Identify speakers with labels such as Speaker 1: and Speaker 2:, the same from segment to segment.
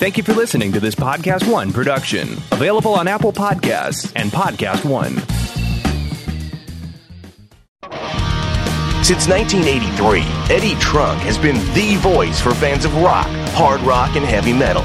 Speaker 1: Thank you for listening to this Podcast One production, available on Apple Podcasts and Podcast One.
Speaker 2: Since 1983, Eddie Trunk has been the voice for fans of rock, hard rock, and heavy metal.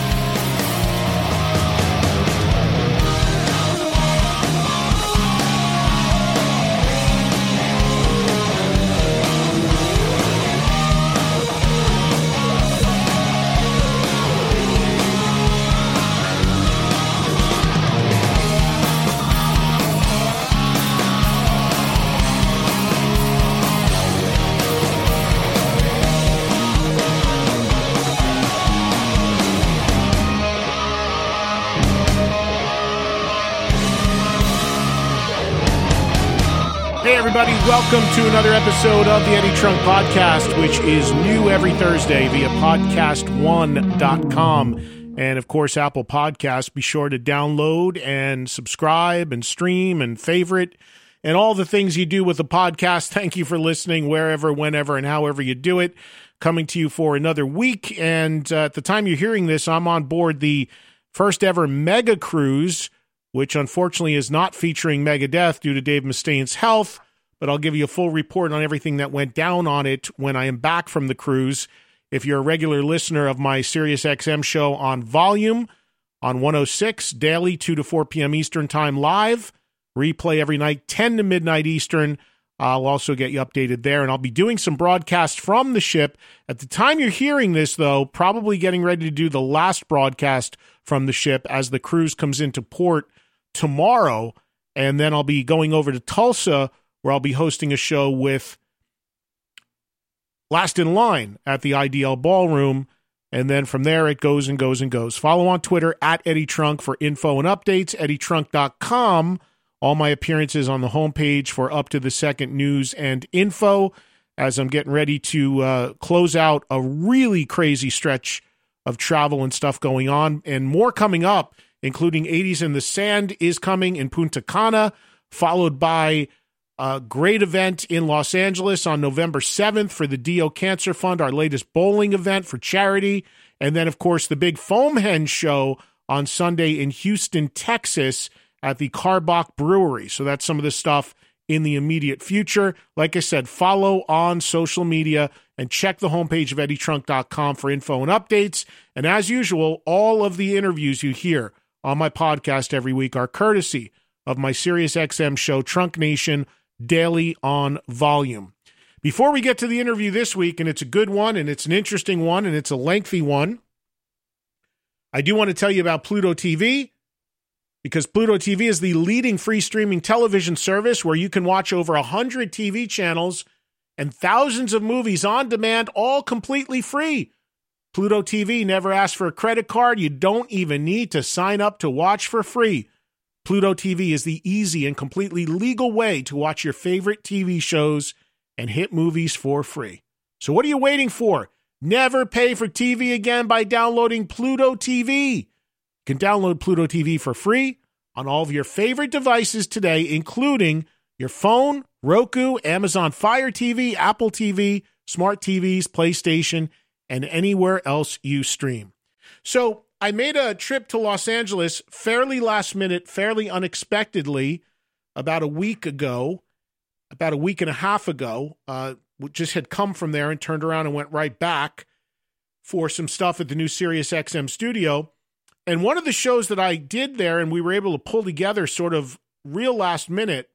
Speaker 3: Hey, everybody, welcome to another episode of the Eddie Trunk Podcast, which is new every Thursday via podcast1.com. And of course, Apple Podcasts. Be sure to download and subscribe and stream and favorite and all the things you do with the podcast. Thank you for listening wherever, whenever, and however you do it. Coming to you for another week. And uh, at the time you're hearing this, I'm on board the first ever mega cruise which unfortunately is not featuring Megadeth due to Dave Mustaine's health. But I'll give you a full report on everything that went down on it when I am back from the cruise. If you're a regular listener of my SiriusXM show on volume on 106 daily, 2 to 4 p.m. Eastern Time live, replay every night, 10 to midnight Eastern. I'll also get you updated there, and I'll be doing some broadcasts from the ship. At the time you're hearing this, though, probably getting ready to do the last broadcast from the ship as the cruise comes into port tomorrow, and then I'll be going over to Tulsa where I'll be hosting a show with Last in Line at the IDL Ballroom. And then from there, it goes and goes and goes. Follow on Twitter at Eddie Trunk for info and updates, eddietrunk.com. All my appearances on the homepage for up to the second news and info as I'm getting ready to uh, close out a really crazy stretch of travel and stuff going on, and more coming up, including 80s in the Sand is coming in Punta Cana, followed by a great event in Los Angeles on November 7th for the Dio Cancer Fund, our latest bowling event for charity. And then, of course, the big Foamhen show on Sunday in Houston, Texas at the Carbach Brewery. So that's some of the stuff in the immediate future. Like I said, follow on social media and check the homepage of eddytrunk.com for info and updates. And as usual, all of the interviews you hear on my podcast every week are courtesy of my SiriusXM show, Trunk Nation, daily on volume. Before we get to the interview this week, and it's a good one, and it's an interesting one, and it's a lengthy one, I do want to tell you about Pluto TV because Pluto TV is the leading free streaming television service where you can watch over 100 TV channels and thousands of movies on demand, all completely free. Pluto TV never asks for a credit card. You don't even need to sign up to watch for free. Pluto TV is the easy and completely legal way to watch your favorite TV shows and hit movies for free. So, what are you waiting for? Never pay for TV again by downloading Pluto TV. You can download Pluto TV for free on all of your favorite devices today, including your phone, Roku, Amazon Fire TV, Apple TV, smart TVs, PlayStation, and anywhere else you stream. So I made a trip to Los Angeles fairly last minute, fairly unexpectedly, about a week ago, about a week and a half ago. Uh, we just had come from there and turned around and went right back for some stuff at the new Sirius XM studio. And one of the shows that I did there and we were able to pull together sort of real last minute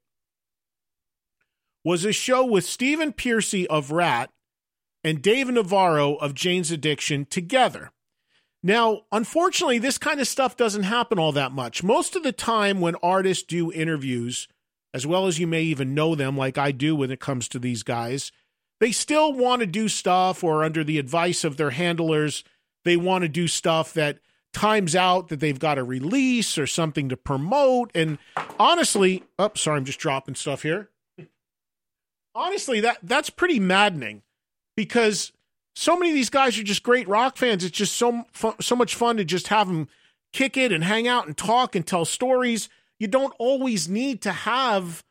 Speaker 3: was a show with Stephen Piercy of Rat and Dave Navarro of Jane's Addiction together. Now, unfortunately, this kind of stuff doesn't happen all that much. Most of the time, when artists do interviews, as well as you may even know them, like I do when it comes to these guys, they still want to do stuff, or under the advice of their handlers, they want to do stuff that times out that they've got a release or something to promote. And honestly, oh, sorry, I'm just dropping stuff here. Honestly, that that's pretty maddening because so many of these guys are just great rock fans. It's just so fu- so much fun to just have them kick it and hang out and talk and tell stories. You don't always need to have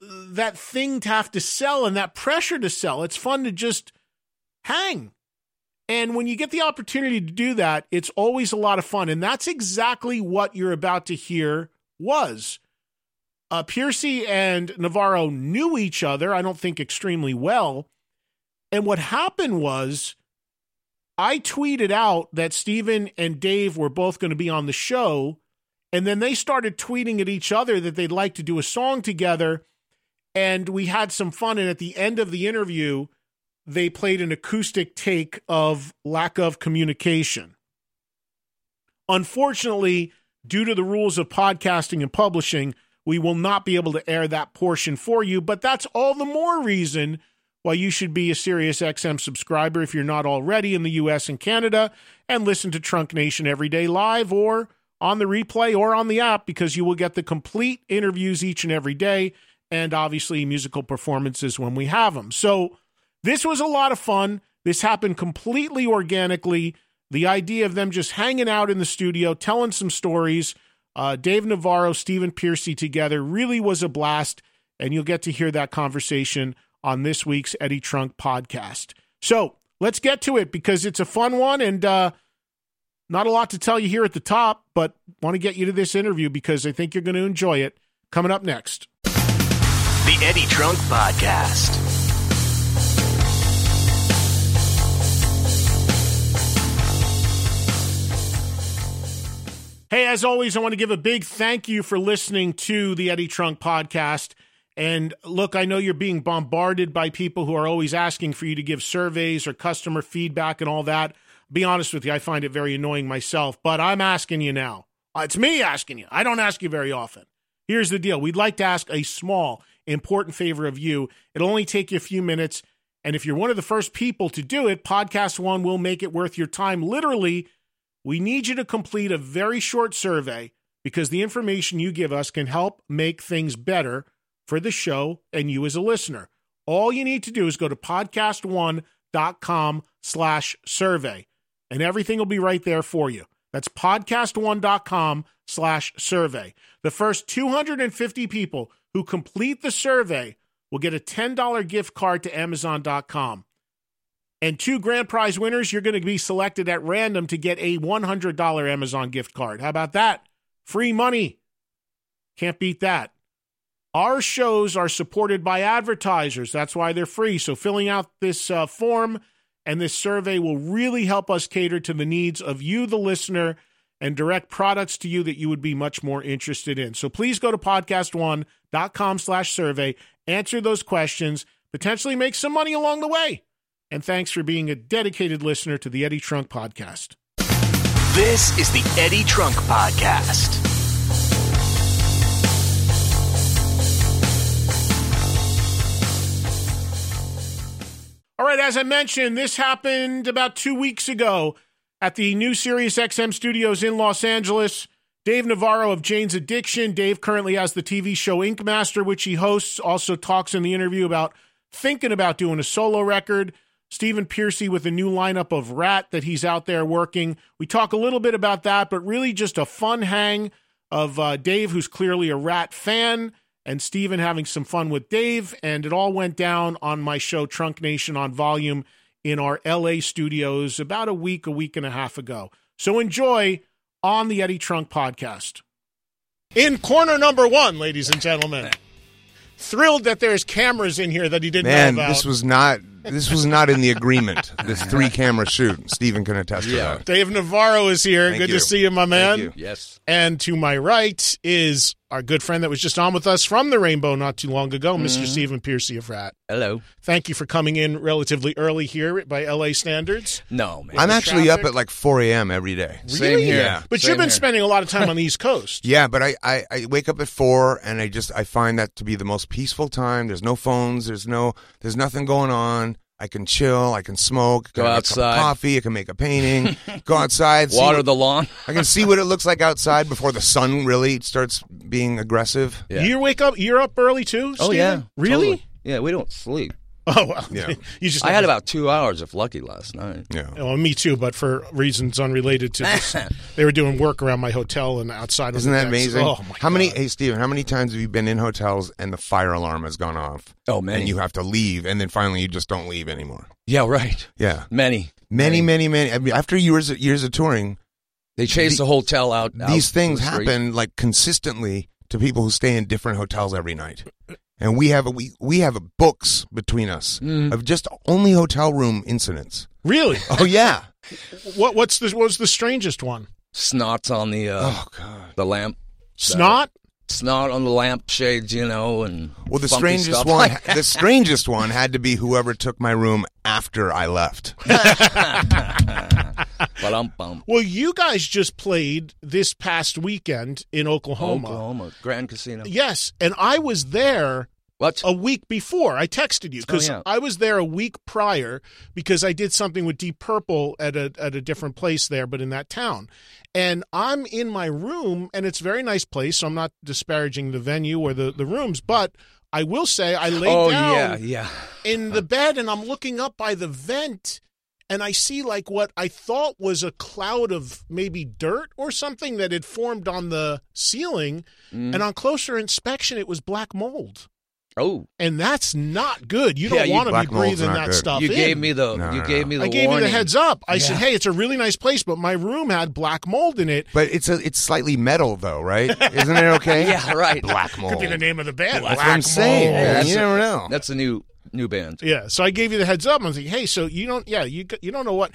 Speaker 3: that thing to have to sell and that pressure to sell. It's fun to just hang. And when you get the opportunity to do that, it's always a lot of fun. And that's exactly what you're about to hear was. Uh, Piercy and Navarro knew each other, I don't think extremely well. And what happened was I tweeted out that Steven and Dave were both going to be on the show. And then they started tweeting at each other that they'd like to do a song together. And we had some fun. And at the end of the interview, they played an acoustic take of Lack of Communication. Unfortunately, due to the rules of podcasting and publishing, we will not be able to air that portion for you, but that's all the more reason why you should be a SiriusXM subscriber if you're not already in the US and Canada and listen to Trunk Nation every day live or on the replay or on the app because you will get the complete interviews each and every day and obviously musical performances when we have them. So this was a lot of fun. This happened completely organically. The idea of them just hanging out in the studio, telling some stories, uh, Dave Navarro, Stephen Piercy together really was a blast, and you'll get to hear that conversation on this week's Eddie Trunk podcast. So let's get to it because it's a fun one and uh, not a lot to tell you here at the top, but want to get you to this interview because I think you're going to enjoy it. Coming up next.
Speaker 2: The Eddie Trunk Podcast.
Speaker 3: Hey, as always, I want to give a big thank you for listening to the Eddie Trunk podcast. And look, I know you're being bombarded by people who are always asking for you to give surveys or customer feedback and all that. Be honest with you, I find it very annoying myself, but I'm asking you now. Uh, It's me asking you. I don't ask you very often. Here's the deal we'd like to ask a small, important favor of you. It'll only take you a few minutes. And if you're one of the first people to do it, Podcast One will make it worth your time literally. We need you to complete a very short survey because the information you give us can help make things better for the show and you as a listener. All you need to do is go to podcast1.com slash survey and everything will be right there for you. That's podcast1.com slash survey. The first 250 people who complete the survey will get a $10 gift card to amazon.com. And two grand prize winners, you're going to be selected at random to get a $100 Amazon gift card. How about that? Free money. Can't beat that. Our shows are supported by advertisers. That's why they're free. So filling out this uh, form and this survey will really help us cater to the needs of you, the listener, and direct products to you that you would be much more interested in. So please go to podcast1.com slash survey, answer those questions, potentially make some money along the way and thanks for being a dedicated listener to the Eddie Trunk Podcast.
Speaker 2: This is the Eddie Trunk Podcast.
Speaker 3: All right, as I mentioned, this happened about two weeks ago at the new Sirius XM studios in Los Angeles. Dave Navarro of Jane's Addiction. Dave currently has the TV show Ink Master, which he hosts, also talks in the interview about thinking about doing a solo record. Stephen Piercy with a new lineup of Rat that he's out there working. We talk a little bit about that, but really just a fun hang of uh, Dave, who's clearly a Rat fan, and Stephen having some fun with Dave. And it all went down on my show, Trunk Nation on Volume, in our LA studios about a week, a week and a half ago. So enjoy on the Eddie Trunk podcast. In corner number one, ladies and gentlemen. Thrilled that there's cameras in here that he didn't
Speaker 4: Man,
Speaker 3: know about.
Speaker 4: this was not this was not in the agreement. This three camera shoot. Stephen can attest
Speaker 5: Yeah.
Speaker 4: to that.
Speaker 3: Dave Navarro is here.
Speaker 4: Thank
Speaker 3: Good
Speaker 4: you.
Speaker 3: to see you, my man.
Speaker 4: you.
Speaker 5: Yes.
Speaker 3: And to my right is our good friend that was just on with us from the Rainbow not too long ago, Mr.
Speaker 6: Mm-hmm.
Speaker 3: Stephen Piercy of Rat.
Speaker 6: Hello.
Speaker 3: Thank you for coming in relatively early here by LA standards.
Speaker 6: No, man.
Speaker 4: I'm actually up
Speaker 3: traffic.
Speaker 4: at like 4 a.m. every day.
Speaker 6: Same here.
Speaker 4: Yeah.
Speaker 3: But
Speaker 6: Same
Speaker 3: you've been
Speaker 6: here.
Speaker 3: spending a lot of time on the East Coast.
Speaker 4: Yeah, but I, I, I wake up at four and I just I find that to be the most peaceful time. There's no phones. There's no there's nothing going on. I can chill. I can smoke.
Speaker 6: Go
Speaker 4: I can have a cup of
Speaker 6: outside.
Speaker 4: coffee. I can make a painting. go outside. see
Speaker 6: Water
Speaker 4: what-
Speaker 6: the lawn.
Speaker 4: I can see what it looks like outside before the sun really starts being aggressive.
Speaker 6: Yeah.
Speaker 3: You wake up, you're up early too.
Speaker 6: Oh
Speaker 3: Stephen?
Speaker 6: yeah.
Speaker 3: really?
Speaker 6: Totally. Yeah, we don't sleep.
Speaker 3: Oh well,
Speaker 4: Yeah.
Speaker 3: you just
Speaker 6: I had about two hours of lucky last night.
Speaker 4: Yeah.
Speaker 3: Well, me too, but for reasons unrelated to this, they were doing work around my hotel and outside. on
Speaker 4: Isn't
Speaker 3: the
Speaker 4: that
Speaker 3: decks.
Speaker 4: amazing?
Speaker 3: Oh my
Speaker 4: how many?
Speaker 3: God.
Speaker 4: Hey, Steven, how many times have you been in hotels and the fire alarm has gone off?
Speaker 6: Oh, many.
Speaker 4: And you have to leave, and then finally you just don't leave anymore.
Speaker 6: Yeah, right.
Speaker 4: Yeah,
Speaker 6: Many.
Speaker 4: many, many, many. I mean, after years years of touring,
Speaker 6: They chased the, hotel out. out
Speaker 4: these
Speaker 6: to
Speaker 4: things
Speaker 6: the street.
Speaker 4: happen like consistently to people who stay in different hotels every night. And we have a, we we have a books between us
Speaker 6: Mm.
Speaker 4: of just only hotel room incidents.
Speaker 3: Really?
Speaker 4: Oh yeah.
Speaker 3: What? What's the? What's the strangest one?
Speaker 6: Snots on the uh,
Speaker 4: oh god.
Speaker 6: the lamp.
Speaker 3: Snot.
Speaker 6: Snot on the lamp shades, you know, and
Speaker 4: Well, the
Speaker 6: funky
Speaker 4: strangest
Speaker 6: stuff
Speaker 4: one
Speaker 6: like that.
Speaker 4: the strangest one had to be whoever took my room after I left.
Speaker 6: But I'm bummed.
Speaker 3: Well, you guys just played this past weekend in Oklahoma.
Speaker 6: Oklahoma Grand Casino. Oh,
Speaker 3: Yes, and I was there
Speaker 6: What?
Speaker 3: a week before. I texted you because
Speaker 6: Oh, yeah.
Speaker 3: I was there a week prior because I did something with Deep Purple at a at a different place there, but in that town. And I'm in my room, and it's a very nice place. So I'm not disparaging the venue or the the rooms, but I will say I laid
Speaker 6: oh
Speaker 3: down
Speaker 6: yeah, yeah.
Speaker 3: in the bed and I'm looking up by the vent and I see like what I thought was a cloud of maybe dirt or something that had formed on the ceiling.
Speaker 6: Mm.
Speaker 3: And on closer inspection, it was black mold.
Speaker 6: Oh,
Speaker 3: And that's not good. You
Speaker 6: Yeah,
Speaker 3: don't
Speaker 6: you-
Speaker 3: want to be
Speaker 4: Black mold's
Speaker 3: breathing
Speaker 4: not
Speaker 3: that
Speaker 4: good.
Speaker 3: stuff
Speaker 6: you
Speaker 3: in.
Speaker 6: gave me the
Speaker 4: No,
Speaker 6: you
Speaker 4: no,
Speaker 6: gave
Speaker 4: no.
Speaker 6: me the
Speaker 3: I gave you
Speaker 6: warning.
Speaker 3: the heads up. I said,
Speaker 6: Yeah.
Speaker 3: "Hey, it's a really nice place, but my room had black mold in it."
Speaker 4: But it's a, it's slightly metal though, right? Isn't it okay?
Speaker 6: Yeah, right.
Speaker 4: Black mold.
Speaker 3: Could be the name of the band.
Speaker 4: That's
Speaker 3: black
Speaker 4: what I'm saying.
Speaker 3: mold.
Speaker 4: man.
Speaker 6: That's
Speaker 4: You
Speaker 6: a-
Speaker 4: never know.
Speaker 6: That's a new new band.
Speaker 3: Yeah, so I gave you the heads up. I'm thinking, hey, so you don't, yeah, you you don't know what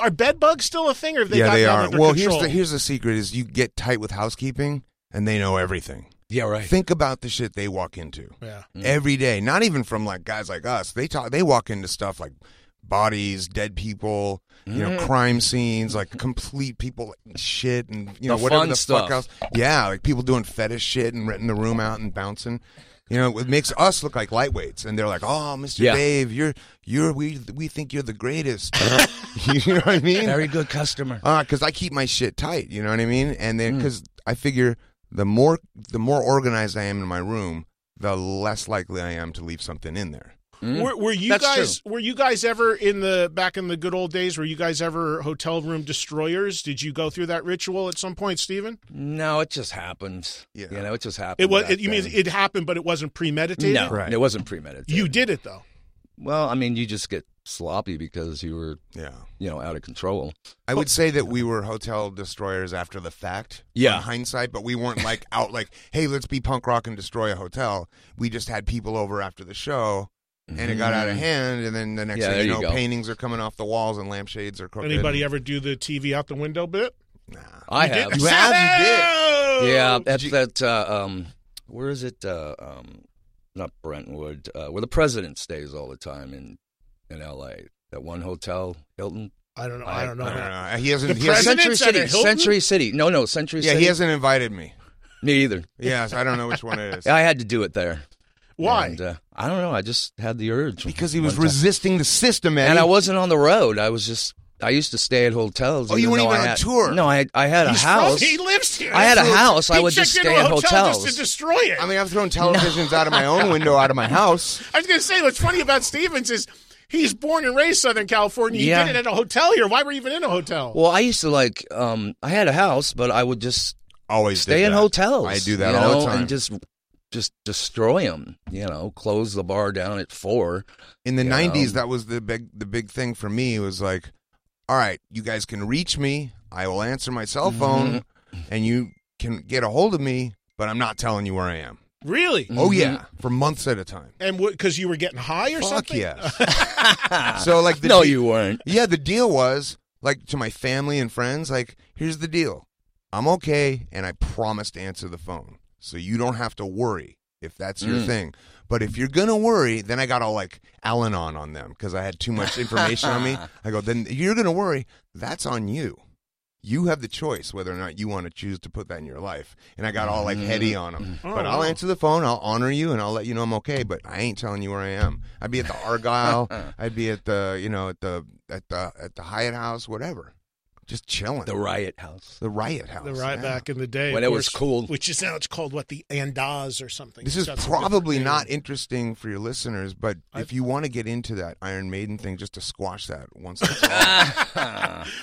Speaker 3: are bed bugs still a thing, or have they
Speaker 4: yeah,
Speaker 3: got
Speaker 4: they
Speaker 3: that
Speaker 4: are.
Speaker 3: under
Speaker 4: Well,
Speaker 3: control?
Speaker 4: here's the here's the secret: is you get tight with housekeeping, and they know everything.
Speaker 6: Yeah, right.
Speaker 4: Think about the shit they walk into
Speaker 3: yeah.
Speaker 6: Mm.
Speaker 4: every day. Not even from like guys like us. They talk. They walk into stuff like bodies, dead people, you
Speaker 6: Mm.
Speaker 4: know, crime scenes, like complete people shit, and you know
Speaker 6: The
Speaker 4: whatever
Speaker 6: fun
Speaker 4: the
Speaker 6: stuff.
Speaker 4: fuck else. Yeah, like people doing fetish shit and renting the room out and bouncing. You know, it makes us look like lightweights, and they're like, "Oh, Mr.
Speaker 6: Yeah.
Speaker 4: Dave, you're you're we we think you're the greatest." you know what I mean?
Speaker 6: Very good customer.
Speaker 4: because Uh, I keep my shit tight. You know what I mean? And
Speaker 6: Mm.
Speaker 4: then because I figure the more the more organized I am in my room, the less likely I am to leave something in there.
Speaker 3: Were, were you
Speaker 6: That's
Speaker 3: guys were you guys ever in the back in the good old days? Were you guys ever hotel room destroyers? Did you go through that ritual at some point, Stephen?
Speaker 6: No, it just happened.
Speaker 4: Yeah.
Speaker 6: You know, it just happened.
Speaker 3: It was.
Speaker 6: back
Speaker 3: It, you mean
Speaker 6: then.
Speaker 3: it happened, but it wasn't premeditated.
Speaker 6: No,
Speaker 4: Right.
Speaker 6: it wasn't premeditated.
Speaker 3: you did it though.
Speaker 6: Well, I mean, you just get sloppy because you were,
Speaker 4: Yeah.
Speaker 6: you know, out of control.
Speaker 4: I would say that we were hotel destroyers after the fact,
Speaker 6: Yeah.
Speaker 4: in hindsight, but we weren't like out like, hey, let's be punk rock and destroy a hotel. We just had people over after the show, and it got out of hand, and then the next
Speaker 6: Mm. Yeah,
Speaker 4: thing
Speaker 6: there
Speaker 4: you
Speaker 6: you
Speaker 4: know,
Speaker 6: go.
Speaker 4: paintings are coming off the walls and lampshades are crooked.
Speaker 3: Anybody ever do the TV out the window bit?
Speaker 6: I
Speaker 3: You
Speaker 6: have.
Speaker 3: did-
Speaker 4: You have? You did.
Speaker 3: Hello!
Speaker 6: Yeah, at that. Uh, um, where is it? Uh, um, not Brentwood. Uh, where the president stays all the time in in L.A. That one hotel, Hilton.
Speaker 3: I don't know. I, don't know.
Speaker 4: I don't
Speaker 3: that.
Speaker 4: know. He hasn't.
Speaker 3: The
Speaker 4: he hasn't
Speaker 3: president-
Speaker 6: Century
Speaker 3: President's at a
Speaker 6: City.
Speaker 3: Hilton?
Speaker 6: Century City. No, no, Century
Speaker 4: yeah,
Speaker 6: City.
Speaker 4: he hasn't invited me.
Speaker 6: Me either.
Speaker 4: Yes, I don't know which one it is.
Speaker 6: I had to do it there.
Speaker 3: Why?
Speaker 6: And, uh, I don't know. I just had the urge
Speaker 4: Because he was
Speaker 6: one time.
Speaker 4: resisting the system, Eddie.
Speaker 6: and I wasn't on the road. I was just. I used to stay at hotels.
Speaker 4: Oh, you weren't
Speaker 6: though
Speaker 4: even
Speaker 6: I
Speaker 4: on
Speaker 6: had-
Speaker 4: tour.
Speaker 6: No, I I had uh, a
Speaker 3: He's from-
Speaker 6: house.
Speaker 3: he lives here.
Speaker 6: I had a house.
Speaker 3: He
Speaker 6: I would
Speaker 3: checked
Speaker 6: just
Speaker 3: into
Speaker 6: stay
Speaker 3: a
Speaker 6: at
Speaker 3: hotel
Speaker 6: hotels.
Speaker 3: just to destroy it.
Speaker 4: I mean, I've thrown televisions out of my own window, out of my house.
Speaker 3: I was going to say what's funny about Stevens is he's born and raised Southern California. You
Speaker 6: Yeah.
Speaker 3: did it at a hotel here. Why were you even in a hotel?
Speaker 6: Well, I used to like. Um, I had a house, but I would just
Speaker 4: Always
Speaker 6: stay
Speaker 4: did
Speaker 6: in
Speaker 4: that.
Speaker 6: hotels.
Speaker 4: I do that
Speaker 6: you
Speaker 4: all
Speaker 6: know,
Speaker 4: the time.
Speaker 6: and just just destroy them. You know, close the bar down at four.
Speaker 4: in the
Speaker 6: you
Speaker 4: '90s,
Speaker 6: know.
Speaker 4: that was the big the big thing for me. It was like, all right, you guys can reach me. I will answer my cell phone, and you can get a hold of me. But I'm not telling you where I am.
Speaker 3: really?
Speaker 4: Oh yeah, for months at a time.
Speaker 3: And because you were getting high or
Speaker 4: Fuck
Speaker 3: something?
Speaker 4: yes. so like, the
Speaker 6: no,
Speaker 4: de-
Speaker 6: you weren't.
Speaker 4: Yeah, the deal was like to my family and friends, like, here's the deal. I'm okay and I promise to answer the phone. so you don't have to worry if that's your
Speaker 6: Mm.
Speaker 4: thing. But if you're gonna worry, then I got all like Al-Anon on them because I had too much information on me. I go, then you're gonna worry. That's on you. You have the choice whether or not you want to choose to put that in your life. And I got all like heady on them.
Speaker 6: Mm-hmm.
Speaker 3: Oh,
Speaker 4: but I'll
Speaker 3: wow.
Speaker 4: answer the phone. I'll honor you, and I'll let you know I'm okay. But I ain't telling you where I am. I'd be at the Argyle. I'd be at the you know at the at the at the Hyatt House, whatever. Just chilling.
Speaker 6: The Riot House.
Speaker 4: The riot house.
Speaker 7: The right
Speaker 4: yeah.
Speaker 7: back in the day.
Speaker 6: When
Speaker 7: of
Speaker 6: it was
Speaker 7: course,
Speaker 6: cool.
Speaker 7: Which is now it's called what the Andaz or something.
Speaker 4: This is
Speaker 7: That's a different
Speaker 4: probably
Speaker 7: name.
Speaker 4: not interesting for your listeners, but
Speaker 7: I-
Speaker 4: if you want to get into that Iron Maiden thing, just to squash that once. and for all.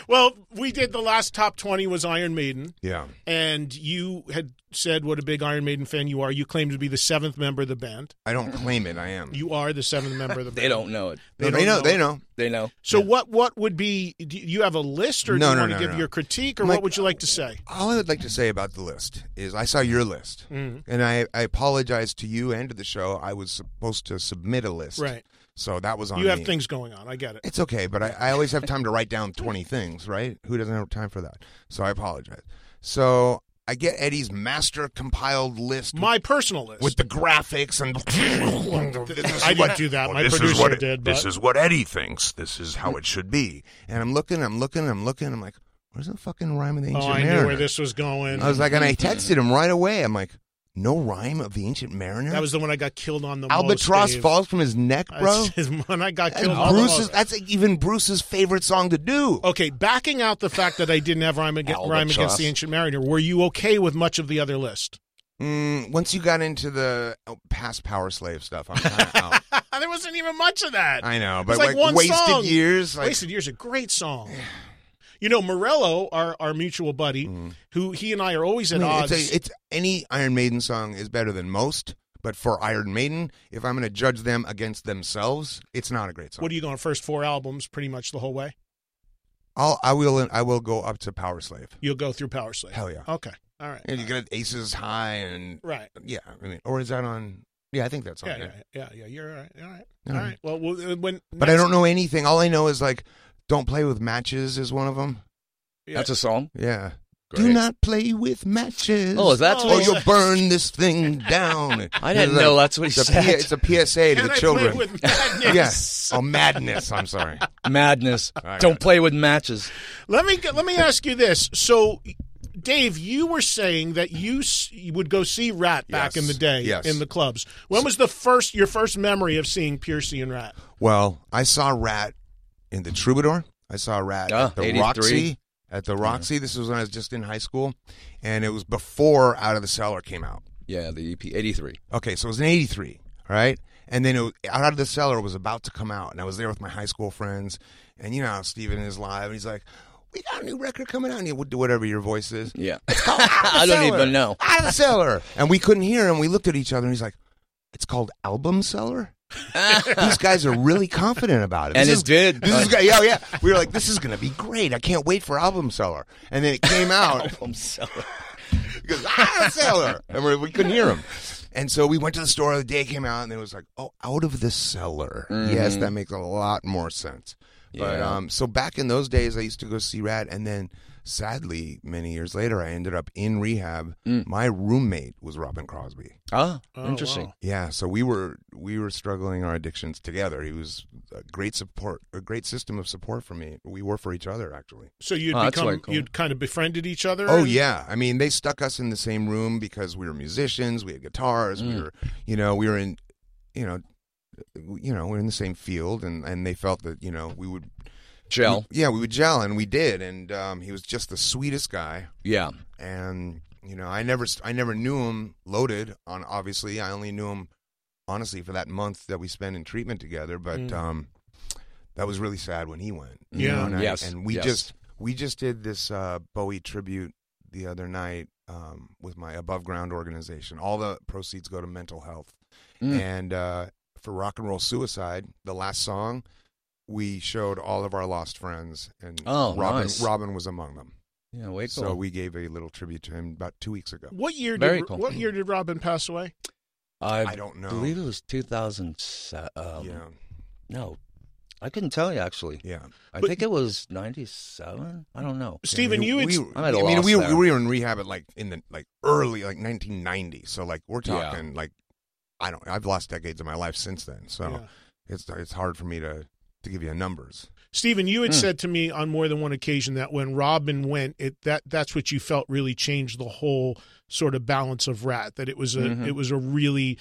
Speaker 3: Well, we did the last top 20 was Iron Maiden,
Speaker 4: yeah,
Speaker 3: and you had said what a big Iron Maiden fan you are. You claim to be the seventh member of the band.
Speaker 4: I don't claim it. I am.
Speaker 3: You are the seventh member of the band.
Speaker 6: They don't know it.
Speaker 4: No,
Speaker 3: they
Speaker 4: they know.
Speaker 3: don't
Speaker 4: They know.
Speaker 6: They know.
Speaker 3: So what what would be do you have a list or do
Speaker 4: No,
Speaker 3: you
Speaker 4: no,
Speaker 3: want to
Speaker 4: no,
Speaker 3: give
Speaker 4: no.
Speaker 3: your critique or
Speaker 4: My-
Speaker 3: what would you like to say?
Speaker 4: All I would like to say about the list is I saw your list,
Speaker 3: Mhm.
Speaker 4: and I, I apologize to you and to the show. I was supposed to submit a list,
Speaker 3: Right.
Speaker 4: So that was on
Speaker 3: You have
Speaker 4: me.
Speaker 3: things going on. I get it.
Speaker 4: It's okay, but I, I always have time to write down 20 things, right? Who doesn't have time for that? So I apologize. So I get Eddie's master compiled list
Speaker 3: My personal list.
Speaker 4: with the graphics and.
Speaker 3: I didn't do that. My producer
Speaker 4: what it-
Speaker 3: did,
Speaker 4: This
Speaker 3: but-
Speaker 4: is what Eddie thinks. This is how it should be. And I'm looking, I'm looking, I'm looking. I'm like, where's the fucking rhyme of the
Speaker 3: oh,
Speaker 4: ancient
Speaker 3: I
Speaker 4: mariner?
Speaker 3: knew where this was going.
Speaker 4: I was like, and I texted him right away. I'm like, no rhyme of the ancient mariner.
Speaker 3: that was the one I got killed on the
Speaker 4: albatross
Speaker 3: most, Dave.
Speaker 4: falls from his neck, bro.
Speaker 3: That's the one I got
Speaker 4: That's
Speaker 3: killed on the
Speaker 4: Bruce's.
Speaker 3: most.
Speaker 4: That's even Bruce's favorite song to do.
Speaker 3: Okay, backing out the fact that I didn't have rhyme against, rhyme against
Speaker 6: Albatross.
Speaker 3: the ancient mariner, were you okay with much of the other list?
Speaker 4: Mm, once you got into the oh, past power slave stuff, I'm kind of out.
Speaker 3: there wasn't even much of that.
Speaker 4: I know,
Speaker 3: It
Speaker 4: but
Speaker 3: was like, one
Speaker 4: wasted
Speaker 3: song.
Speaker 4: years. Like,
Speaker 3: Wasted Years, a great song. You know, Morello, our, our mutual buddy, who he and I are always
Speaker 4: Mm. I
Speaker 3: at
Speaker 4: mean,
Speaker 3: odds.
Speaker 4: It's, a, it's any Iron Maiden song is better than most. But for Iron Maiden, if I'm going to judge them against themselves, it's not a great song.
Speaker 3: what are you going? First four albums, pretty much the whole way.
Speaker 4: I'll, I will. I will go up to Power Slave.
Speaker 3: You'll go through Power Slave.
Speaker 4: Hell yeah.
Speaker 3: Okay. All right. Uh,
Speaker 4: And you got Aces High, and
Speaker 3: Right.
Speaker 4: yeah, I mean, or is that on? Yeah, I think that's on.
Speaker 3: Yeah,
Speaker 4: there.
Speaker 3: yeah, yeah, yeah. You're all right. All right.
Speaker 4: All
Speaker 3: All
Speaker 4: right.
Speaker 3: right. Well, we'll uh, when
Speaker 4: But I don't know anything. All I know is like, don't play with matches is one of them.
Speaker 3: Yeah.
Speaker 6: That's a song.
Speaker 4: Yeah. Do
Speaker 6: Great.
Speaker 4: not play with matches.
Speaker 6: Oh, is that
Speaker 3: Oh,
Speaker 4: or
Speaker 6: what?
Speaker 3: yeah.
Speaker 4: you'll burn this thing down.
Speaker 6: I didn't know that's what he
Speaker 4: it's a P-
Speaker 6: said.
Speaker 4: it's a PSA to
Speaker 3: Can
Speaker 4: the
Speaker 3: I
Speaker 4: children.
Speaker 3: Play with madness?
Speaker 4: yes. Oh, madness. I'm sorry.
Speaker 6: Madness.
Speaker 4: right.
Speaker 6: Don't play with matches.
Speaker 3: Let me let me ask you this. So, Dave, you were saying that you, s- you would go see Rat back
Speaker 4: Yes.
Speaker 3: in the day
Speaker 4: Yes.
Speaker 3: in the clubs. When was the first your first memory of seeing Piercy and Rat?
Speaker 4: Well, I saw Rat in the Troubadour. I saw Rat
Speaker 6: Ah,
Speaker 4: at the
Speaker 6: 83.
Speaker 4: Roxy. At the Roxy. This was when I was just in high school. And it was before Out of the Cellar came out.
Speaker 6: Yeah, the E EP eighty three.
Speaker 4: Okay, so it was in '83, all right? And then it was, Out of the Cellar was about to come out, and I was there with my high school friends, and you know how Steven is live, and he's like, "We got a new record coming out," and he would do whatever your voice is.
Speaker 6: Yeah.
Speaker 4: "Oh, Out of the
Speaker 6: I don't
Speaker 4: Cellar!
Speaker 6: even know.
Speaker 4: Out of the Cellar, and we couldn't hear him. We looked at each other, and he's like, "It's called Album Cellar." These guys are really confident about it.
Speaker 6: And
Speaker 4: this
Speaker 6: it did.
Speaker 4: This is, yeah, yeah. We were like, "This is gonna be great. I can't wait for Album Cellar." And then it came out,
Speaker 6: Album seller.
Speaker 4: he goes, ah, cellar. And we, we couldn't hear him. And so we went to the store, the day it came out, and it was like, oh, out of the cellar. Yes, that makes a lot more sense. But
Speaker 6: Yeah.
Speaker 4: um, so back in those days, I used to go see Rat, and then sadly, many years later, I ended up in rehab. My roommate was Robin Crosby.
Speaker 6: Ah,
Speaker 3: Oh,
Speaker 6: interesting.
Speaker 3: wow.
Speaker 4: Yeah, so we were we were struggling our addictions together. He was a great support, a great system of support for me. We were for each other, actually.
Speaker 3: So you'd
Speaker 6: Oh, that's
Speaker 3: become
Speaker 6: quite cool.
Speaker 3: you'd kind of befriended each other.
Speaker 4: Oh
Speaker 3: and-
Speaker 4: yeah, I mean they stuck us in the same room because we were musicians, we had guitars, we were, you know, we were in, you know, you know, we are in the same field, and and they felt that you know we would,
Speaker 6: Gel.
Speaker 4: yeah, we would gel, and we did, and um, he was just the sweetest guy,
Speaker 6: Yeah.
Speaker 4: and you know, I never, I never knew him loaded on. Obviously, I only knew him honestly for that month that we spent in treatment together, but um, that was really sad when he went. you
Speaker 3: Yeah.
Speaker 4: know, and, I-
Speaker 6: Yes,
Speaker 4: and we
Speaker 6: yes.
Speaker 4: just we just did this uh, Bowie tribute the other night um, with my above ground organization. All the proceeds go to mental health,
Speaker 6: Mm.
Speaker 4: and uh, for rock and roll suicide, the last song we showed all of our lost friends, and
Speaker 6: Oh,
Speaker 4: Robin
Speaker 6: nice.
Speaker 4: Robin was among them.
Speaker 6: Yeah. Way cool.
Speaker 4: So we gave a little tribute to him about two weeks ago.
Speaker 3: What year?
Speaker 6: Very
Speaker 3: did,
Speaker 6: cool.
Speaker 3: What year did Robin pass away?
Speaker 4: I don't know.
Speaker 6: believe it was two thousand. Um,
Speaker 4: yeah,
Speaker 6: No, I couldn't tell you actually.
Speaker 4: Yeah.
Speaker 6: I
Speaker 3: But-
Speaker 6: think it was '97. I don't know.
Speaker 3: Stephen,
Speaker 4: Yeah,
Speaker 3: you
Speaker 4: we-
Speaker 3: ex-
Speaker 4: we-
Speaker 6: I'm at a
Speaker 4: I mean,
Speaker 6: loss
Speaker 4: we,
Speaker 6: there.
Speaker 4: we were in rehab at like in the like early like 1990. So like we're
Speaker 6: Yeah.
Speaker 4: talking like I don't. I've lost decades of my life since then. So
Speaker 3: Yeah.
Speaker 4: it's it's hard for me to to give you numbers.
Speaker 3: Stephen, you had
Speaker 6: Mm.
Speaker 3: said to me on more than one occasion that when Robin went, it that that's what you felt really changed the whole sort of balance of Rat. That it was a
Speaker 6: Mhm.
Speaker 3: it was a really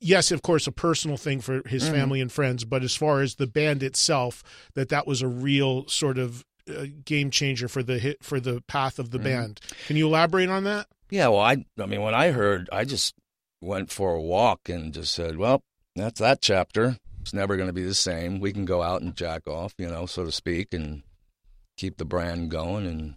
Speaker 3: yes, of course, a personal thing for his
Speaker 6: Mhm.
Speaker 3: family and friends, but as far as the band itself, that that was a real sort of uh, game changer for the hit for the path of the
Speaker 6: Mhm.
Speaker 3: band. Can you elaborate on that?
Speaker 6: Yeah, well, I I mean, when I heard, I just went for a walk and just said, "Well, that's that chapter. It's never going to be the same. We can go out and jack off, you know, so to speak, and keep the brand going." And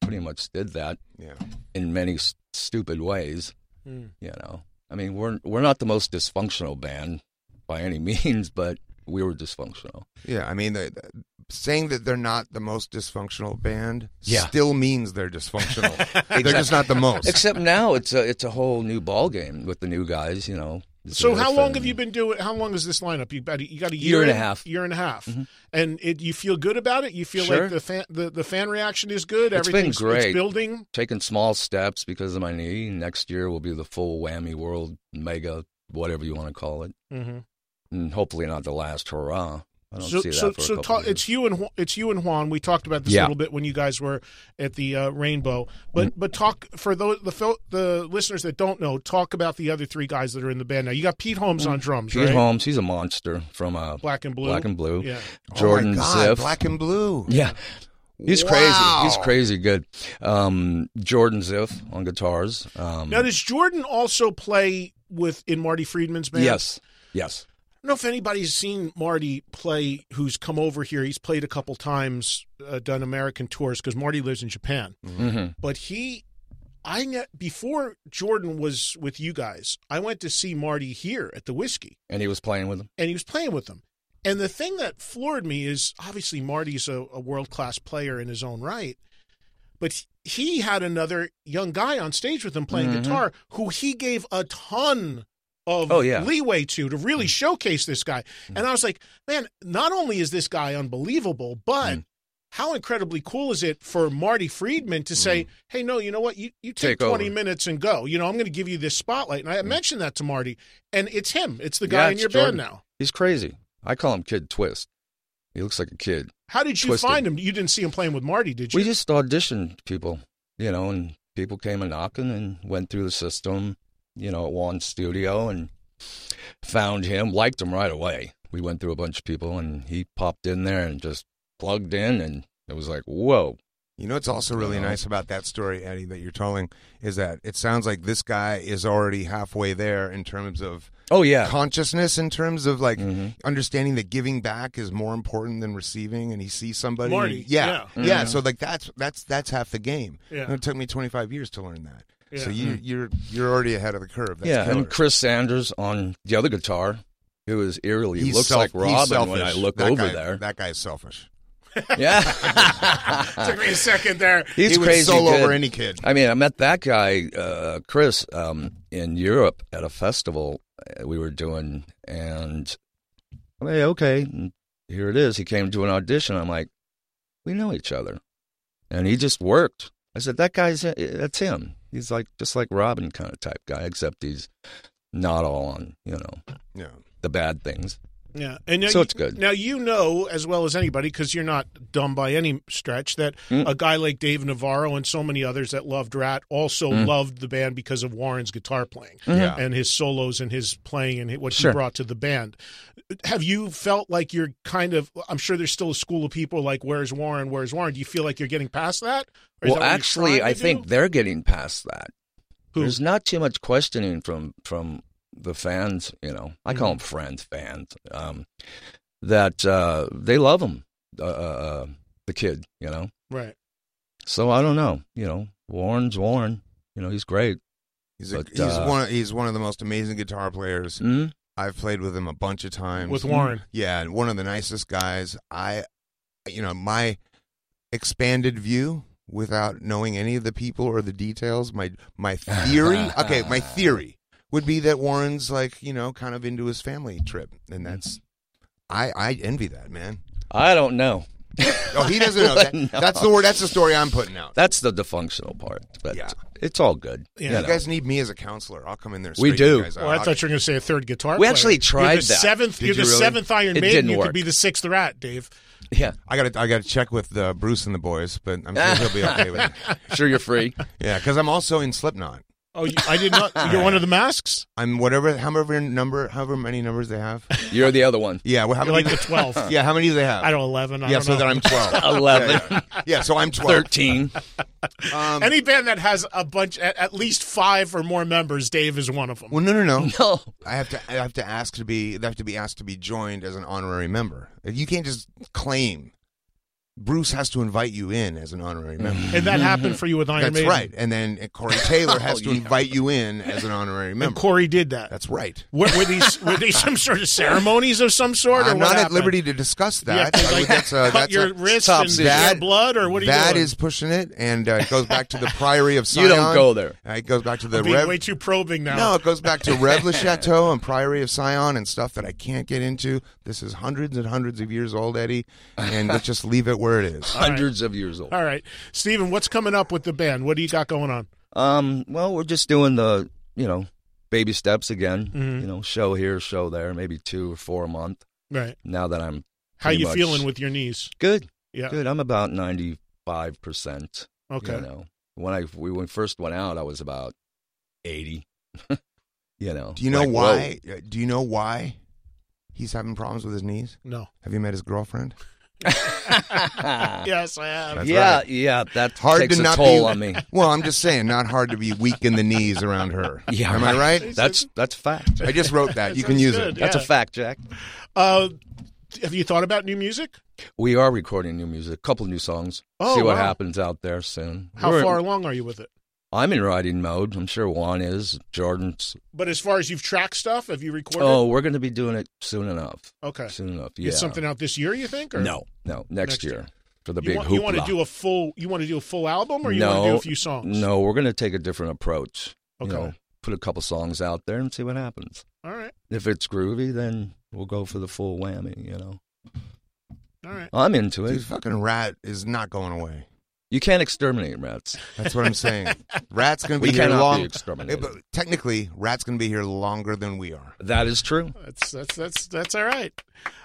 Speaker 6: pretty much did that
Speaker 4: Yeah.
Speaker 6: in many s- stupid ways,
Speaker 3: Hmm.
Speaker 6: you know. I mean, we're we're not the most dysfunctional band by any means, but we were dysfunctional.
Speaker 4: Yeah. I mean, the, the- saying that they're not the most dysfunctional band
Speaker 6: Yeah.
Speaker 4: still means they're dysfunctional. They're just not the most.
Speaker 6: Except now it's a it's a whole new ball game with the new guys, you know. It's
Speaker 3: So
Speaker 6: a
Speaker 3: how
Speaker 6: riff
Speaker 3: long
Speaker 6: and-
Speaker 3: have you been doing? How long is this lineup? You about you got a year,
Speaker 6: Year and a
Speaker 3: in-
Speaker 6: half. Mm-hmm.
Speaker 3: year and a half, and it, you feel good about it. You feel
Speaker 6: Sure.
Speaker 3: like the fan the, the fan reaction is good.
Speaker 6: It's been
Speaker 3: Everything's It's
Speaker 6: great.
Speaker 3: building.
Speaker 6: taking small steps because of my knee. Next year will be the full whammy world mega, whatever you want to call it,
Speaker 3: Mm-hmm.
Speaker 6: and hopefully not the last hurrah. I don't
Speaker 3: So
Speaker 6: see that
Speaker 3: so
Speaker 6: for
Speaker 3: so
Speaker 6: a couple
Speaker 3: ta-
Speaker 6: of years.
Speaker 3: it's you and Ju- it's you and Juan. We talked about this a
Speaker 6: Yeah. Mm-hmm.
Speaker 3: little bit when you guys were at the uh, Rainbow. But but talk for those the fel- the listeners that don't know. Talk about the other three guys that are in the band now. You got Pete Holmes on drums,
Speaker 6: Mm-hmm. Pete
Speaker 3: right?
Speaker 6: Holmes, he's a monster from uh,
Speaker 3: Black and blue.
Speaker 6: Black and Blue.
Speaker 3: Yeah.
Speaker 6: Jordan
Speaker 4: oh my God,
Speaker 6: Ziff.
Speaker 4: black and blue.
Speaker 6: yeah. He's
Speaker 4: Wow.
Speaker 6: crazy. He's crazy good. Um, Jordan Ziff on guitars. Um,
Speaker 3: Now does Jordan also play with in Marty Friedman's band?
Speaker 6: yes. Yes.
Speaker 3: I don't know if anybody's seen Marty play who's come over here. He's played a couple times, uh, done American tours because Marty lives in Japan.
Speaker 6: hmm
Speaker 3: But he, I ne- before Jordan was with you guys, I went to see Marty here at the Whiskey
Speaker 6: And he was playing with him.
Speaker 3: and he was playing with them. And the thing that floored me is obviously Marty's a, a world class player in his own right, but he had another young guy on stage with him playing
Speaker 6: Mhm.
Speaker 3: guitar who he gave a ton of
Speaker 6: Oh, yeah. Mm.
Speaker 3: leeway to to really showcase this guy. And I was like, man, not only is this guy unbelievable,
Speaker 6: Mm.
Speaker 3: but. How incredibly cool is it for Marty Friedman to say, "Hey, no, you know what? You you take,
Speaker 6: Mm. Take over. Mm.
Speaker 3: 20 minutes and go. You know, I'm going to give you this spotlight." And I mentioned that to Marty, and it's him. It's the guy
Speaker 6: Yeah,
Speaker 3: in
Speaker 6: it's
Speaker 3: your band
Speaker 6: Jordan.
Speaker 3: now.
Speaker 6: He's crazy. I call him Kid Twist. He looks like a kid.
Speaker 3: How did you
Speaker 6: Twisted.
Speaker 3: find him? You didn't see him playing with Marty, did you?
Speaker 6: We just auditioned people, you know, and people came a knocking and went through the system, you know, at Juan's studio and found him, liked him right away. We went through a bunch of people and he popped in there and just plugged in and it was like, whoa.
Speaker 4: You know what's also really
Speaker 6: Yeah.
Speaker 4: nice about that story, Eddie, that you're telling is that it sounds like this guy is already halfway there in terms of
Speaker 6: Oh, yeah.
Speaker 4: consciousness, in terms of like
Speaker 6: Mhm.
Speaker 4: understanding that giving back is more important than receiving, and he sees somebody.
Speaker 3: Marty,
Speaker 4: yeah, yeah.
Speaker 3: yeah.
Speaker 6: Mhm.
Speaker 4: So like that's that's that's half the game.
Speaker 3: Yeah.
Speaker 4: And it took me 25 years to learn that. So
Speaker 3: Yeah.
Speaker 4: you you're you're already ahead of the curve. That's
Speaker 6: Mm-hmm. yeah.
Speaker 4: killer.
Speaker 6: And Chris Sanders on the other guitar, who is eerily
Speaker 4: He's
Speaker 6: looks
Speaker 4: self-
Speaker 6: like
Speaker 4: he's
Speaker 6: Robin when I
Speaker 4: selfish.
Speaker 6: look
Speaker 4: That
Speaker 6: over
Speaker 4: guy-
Speaker 6: there.
Speaker 4: That guy's selfish.
Speaker 6: yeah.
Speaker 3: Took me a second there.
Speaker 6: He's
Speaker 4: he would
Speaker 6: crazy.
Speaker 4: solo
Speaker 6: good.
Speaker 4: over any kid.
Speaker 6: I mean, I met that guy, uh, Chris, um, in Europe at a festival uh, we were doing, and I'm like, okay, and here it is. He came to an audition. I'm like, we know each other, and he just worked. I said, that guy's uh, that's him. He's like just like Robin kind of type guy, except he's not all on you know
Speaker 4: Yeah.
Speaker 6: the bad things.
Speaker 3: Yeah, and now
Speaker 6: So
Speaker 3: you-
Speaker 6: it's good.
Speaker 3: Now you know as well as anybody because you're not dumb by any stretch that
Speaker 6: Mm.
Speaker 3: a guy like Dave Navarro and so many others that loved Rat also
Speaker 6: Hmm.
Speaker 3: loved the band because of Warren's guitar playing
Speaker 4: Yeah.
Speaker 3: and his solos and his playing and what
Speaker 6: Sure.
Speaker 3: he brought to the band. Have you felt like you're kind of? I'm sure there's still a school of people like, "Where's Warren? Where's Warren?" Do you feel like you're getting past that? Or is that what
Speaker 6: Well,
Speaker 3: you're trying
Speaker 6: actually,
Speaker 3: to
Speaker 6: I think
Speaker 3: do?
Speaker 6: they're getting past that.
Speaker 3: Who?
Speaker 6: There's not too much questioning from from the fans. You know, I call them friends, fans. Um, that uh, they love him, uh, uh, uh, the kid. You know,
Speaker 3: right.
Speaker 6: so I don't know. You know, Warren's Warren. You know, he's great.
Speaker 4: He's, a,
Speaker 6: But,
Speaker 4: he's
Speaker 6: uh,
Speaker 4: one. He's one of the most amazing guitar players.
Speaker 6: Mm?
Speaker 4: I've played with him a bunch of times.
Speaker 3: With Warren.
Speaker 4: Yeah, and one of the nicest guys. I, you know, my expanded view without knowing any of the people or the details. My my theory. okay, my theory would be that Warren's like you know kind of into his family trip, and that's I, I envy that man.
Speaker 6: I don't know.
Speaker 4: Oh, he doesn't know. That,
Speaker 6: No.
Speaker 4: That's the word. That's the story I'm putting out.
Speaker 6: That's the dysfunctional part, but
Speaker 4: Yeah.
Speaker 6: it's all good.
Speaker 3: Yeah.
Speaker 6: you
Speaker 4: you
Speaker 6: know.
Speaker 4: guys need me as a counselor. I'll come in there. and
Speaker 6: We
Speaker 4: straighten you
Speaker 6: do.
Speaker 4: guys out.
Speaker 3: Well, I thought you were going to say a third guitar.
Speaker 6: We
Speaker 3: player.
Speaker 6: actually tried
Speaker 3: you're the
Speaker 6: that.
Speaker 3: Seventh,
Speaker 6: Did
Speaker 3: you're
Speaker 6: you
Speaker 3: the
Speaker 6: really?
Speaker 3: seventh Iron
Speaker 6: It
Speaker 3: Maiden.
Speaker 6: didn't
Speaker 3: you
Speaker 6: work.
Speaker 3: could be the sixth rat, Dave.
Speaker 6: yeah,
Speaker 4: I got to I got to check with uh, Bruce and the boys, but I'm sure he'll be okay with it.
Speaker 6: sure you're free.
Speaker 4: Yeah, because I'm also in Slipknot.
Speaker 3: Oh, you, I did not. You're one of the masks.
Speaker 4: I'm whatever, however number, however many numbers they have.
Speaker 6: You're the other one.
Speaker 4: Yeah, well, how
Speaker 3: You're
Speaker 4: many?
Speaker 3: like the twelfth.
Speaker 4: yeah, how many do they have?
Speaker 3: I don't eleven. I
Speaker 4: yeah,
Speaker 3: don't
Speaker 4: so
Speaker 3: know. Oh,
Speaker 4: that I'm twelve.
Speaker 6: Eleven.
Speaker 4: yeah, so I'm twelve.
Speaker 6: Thirteen.
Speaker 4: Um,
Speaker 3: Any band that has a bunch, at, at least five or more members, Dave is one of them.
Speaker 4: well, no, no, no.
Speaker 6: No.
Speaker 4: I have to. I have to ask to be. I have to be asked to be joined as an honorary member. You can't just claim. Bruce has to invite you in as an honorary member.
Speaker 3: And that happened for you Mm. with Iron
Speaker 4: That's
Speaker 3: Maiden.
Speaker 4: right. And then and Corey Taylor has
Speaker 6: Oh,
Speaker 4: to
Speaker 6: yeah.
Speaker 4: invite you in as an honorary
Speaker 3: And
Speaker 4: member.
Speaker 3: Corey did that.
Speaker 4: That's right.
Speaker 3: Were, were these were these some sort of ceremonies of some sort? Or
Speaker 4: I'm
Speaker 3: what
Speaker 4: not at
Speaker 3: happened?
Speaker 4: liberty to discuss that.
Speaker 3: Yeah,
Speaker 4: I
Speaker 3: like,
Speaker 4: mean, that's a,
Speaker 3: cut
Speaker 4: that's
Speaker 3: your
Speaker 4: a,
Speaker 3: wrist
Speaker 6: top
Speaker 3: and
Speaker 6: secret.
Speaker 3: smear blood, or what are you
Speaker 4: That
Speaker 3: doing?
Speaker 4: is pushing it, and uh, it goes back to the Priory of Sion.
Speaker 6: You don't go there.
Speaker 4: Uh, it goes back to the
Speaker 3: I'm being
Speaker 4: Rev.
Speaker 3: way too probing now.
Speaker 4: No, it goes back to Rev Le Chateau and Priory of Sion and stuff that I can't get into. This is hundreds and hundreds of years old, Eddie, and let's just leave it where it is.
Speaker 6: Hundreds of years old.
Speaker 3: All right, Steven, what's coming up with the band? What do you got going on?
Speaker 6: Um, well, we're just doing the, you know, baby steps again.
Speaker 3: Mm-hmm.
Speaker 6: You know, show here, show there, maybe two or four a month.
Speaker 3: Right.
Speaker 6: Now that I'm
Speaker 3: How
Speaker 6: pretty
Speaker 3: you
Speaker 6: much-
Speaker 3: feeling with your knees?
Speaker 6: good,
Speaker 3: Yeah.
Speaker 6: good. I'm about ninety five percent.
Speaker 3: Okay.
Speaker 6: You know, when I we when first went out, I was about eighty. you know.
Speaker 4: Do you know
Speaker 6: like, whoa.
Speaker 4: why? uh, Do you know why he's having problems with his knees?
Speaker 3: No.
Speaker 4: Have you met his girlfriend?
Speaker 3: Yes, I have.
Speaker 4: That's
Speaker 6: yeah,
Speaker 4: right.
Speaker 6: yeah. That
Speaker 4: Hard
Speaker 6: takes
Speaker 4: to
Speaker 6: a
Speaker 4: not
Speaker 6: toll
Speaker 4: be.
Speaker 6: on me.
Speaker 4: Well, I'm just saying, not hard to be weak in the knees around her.
Speaker 6: Yeah.
Speaker 4: am I right?
Speaker 6: That's that's fact.
Speaker 4: I just wrote that. You can
Speaker 3: Sounds
Speaker 4: use
Speaker 3: good.
Speaker 4: it.
Speaker 6: That's a
Speaker 3: Yeah.
Speaker 6: fact, Jack.
Speaker 3: Uh, have you thought about new music?
Speaker 6: We are recording new music, a couple new songs.
Speaker 3: Oh,
Speaker 6: See what
Speaker 3: wow.
Speaker 6: happens out there soon.
Speaker 3: How
Speaker 6: We're-
Speaker 3: far along are you with it?
Speaker 6: I'm in writing mode. I'm sure Juan is. Jordan's.
Speaker 3: But as far as you've tracked stuff, have you recorded?
Speaker 6: Oh, we're going to be doing it soon enough.
Speaker 3: okay.
Speaker 6: Soon enough. Yeah.
Speaker 3: Get something out this year, you think? Or
Speaker 6: No, no. Next,
Speaker 3: Next
Speaker 6: year,
Speaker 3: year.
Speaker 6: for the
Speaker 3: you
Speaker 6: big
Speaker 3: want,
Speaker 6: hoopla.
Speaker 3: you want to do a full? You want to do a full album, or you
Speaker 6: no,
Speaker 3: want to do a few songs?
Speaker 6: No, we're going to take a different approach.
Speaker 3: Okay.
Speaker 6: You know, put a couple songs out there and see what happens.
Speaker 3: All right.
Speaker 6: If it's groovy, then we'll go for the full whammy. You know,
Speaker 3: All right.
Speaker 6: I'm into
Speaker 4: Dude,
Speaker 6: it.
Speaker 4: fucking rat is not going away.
Speaker 6: You can't exterminate rats.
Speaker 4: That's what I'm saying. Rat's gonna be
Speaker 6: We
Speaker 4: here
Speaker 6: cannot be
Speaker 4: long.
Speaker 6: exterminated.
Speaker 4: Yeah, but technically, rat's gonna be here longer than we are.
Speaker 6: That is true.
Speaker 3: That's that's that's that's all right.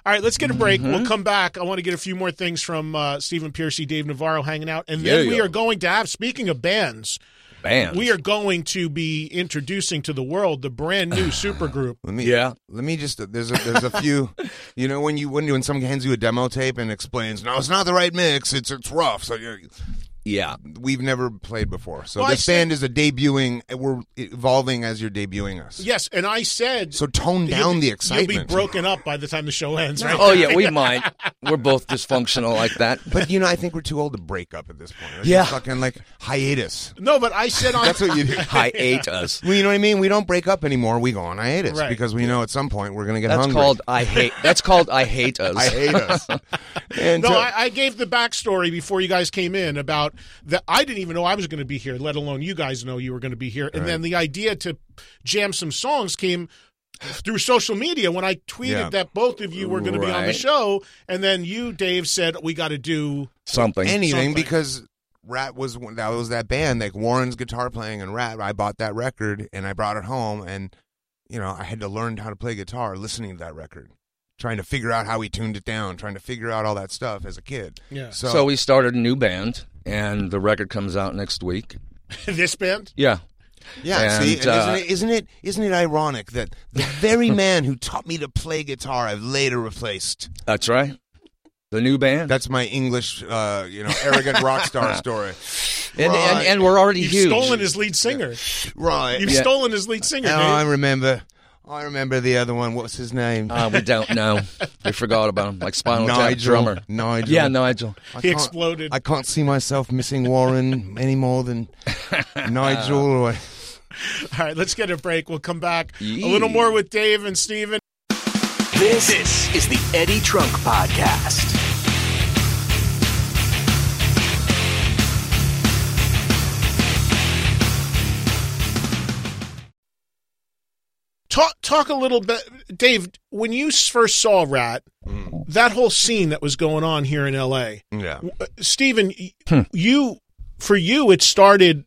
Speaker 3: All right, let's get a break.
Speaker 6: Mm-hmm.
Speaker 3: We'll come back. I want to get a few more things from uh, Stephen Piercy, Dave Navarro hanging out, and then
Speaker 6: Yeah.
Speaker 3: we are going to have. Speaking of bands,
Speaker 6: Bam.
Speaker 3: we are going to be introducing to the world the brand new supergroup.
Speaker 4: Let me,
Speaker 6: Yeah.
Speaker 4: Let me just. There's a there's a few. You know when you when when someone hands you a demo tape and explains, no, it's not the right mix. It's it's rough. So you're,
Speaker 6: Yeah.
Speaker 4: we've never played before. So
Speaker 3: Well, I
Speaker 4: this
Speaker 3: said-
Speaker 4: band is a debuting. We're evolving as you're debuting us.
Speaker 3: Yes, and I said
Speaker 4: So tone
Speaker 3: you'll
Speaker 4: down
Speaker 3: be-
Speaker 4: the excitement.
Speaker 3: You'll be broken up by the time the show ends, right?
Speaker 6: Oh yeah, we might. We're both dysfunctional like that.
Speaker 4: But you know, I think we're too old to break up at this point. It's
Speaker 6: Yeah.
Speaker 4: fucking like hiatus.
Speaker 3: No, but I said on
Speaker 4: That's what you do.
Speaker 6: I ate us.
Speaker 4: Well, you know what I mean. We don't break up anymore. We go on hiatus
Speaker 3: Right.
Speaker 4: because we know at some point we're gonna get
Speaker 6: That's
Speaker 4: hungry.
Speaker 6: called I hate. That's called I hate us.
Speaker 4: I hate us. And
Speaker 3: No,
Speaker 4: so-
Speaker 3: I, I gave the backstory before you guys came in about that. I didn't even know I was going to be here, let alone you guys know you were going to be here. And then the idea to jam some songs came through social media when I tweeted
Speaker 4: Yeah.
Speaker 3: that both of you were going to be on the
Speaker 6: Right.
Speaker 3: show. And then you, Dave, said, We got to do.
Speaker 6: Something.
Speaker 4: anything
Speaker 3: Something.
Speaker 4: because Rat was one- that was that band like Warren's guitar playing and Rat. I bought that record and I brought it home and you know I had to learn how to play guitar listening to that record, trying to figure out how he tuned it down, trying to figure out all that stuff as a kid.
Speaker 3: Yeah.
Speaker 4: So,
Speaker 6: so, we started a new band, and the record comes out next week.
Speaker 3: this band?
Speaker 6: Yeah.
Speaker 4: yeah,
Speaker 6: and,
Speaker 4: see, and isn't,
Speaker 6: uh,
Speaker 4: it, isn't it isn't it ironic that the very man who taught me to play guitar I've later replaced?
Speaker 6: That's right. The new band.
Speaker 4: That's my English, uh, you know, arrogant rock star story.
Speaker 6: and,
Speaker 4: right.
Speaker 6: and, and we're already
Speaker 3: You've
Speaker 6: huge.
Speaker 3: stolen his lead singer.
Speaker 4: Right.
Speaker 3: You've
Speaker 6: Yeah.
Speaker 3: stolen his lead singer,
Speaker 4: Oh, I
Speaker 3: Dave.
Speaker 4: remember. I remember the other one. What's his name?
Speaker 6: Uh, we don't know. We forgot about him. Like Spinal Tap
Speaker 4: Nigel.
Speaker 6: drummer.
Speaker 4: Nigel.
Speaker 6: Yeah, Nigel.
Speaker 4: I
Speaker 3: He
Speaker 4: can't-
Speaker 3: exploded.
Speaker 4: I can't see myself missing Warren any more than Nigel.
Speaker 3: Uh,
Speaker 4: Or,
Speaker 3: All right, let's get a break. We'll come back. A
Speaker 6: Yee.
Speaker 3: little more with Dave and Steven.
Speaker 2: This, this is the Eddie Trunk Podcast.
Speaker 3: Talk, talk a little bit. Dave, when you first saw Rat,
Speaker 4: Mm.
Speaker 3: that whole scene that was going on here in L.A.
Speaker 4: Yeah.
Speaker 3: Uh, Stephen, y-
Speaker 4: Hmm.
Speaker 3: you for you it started.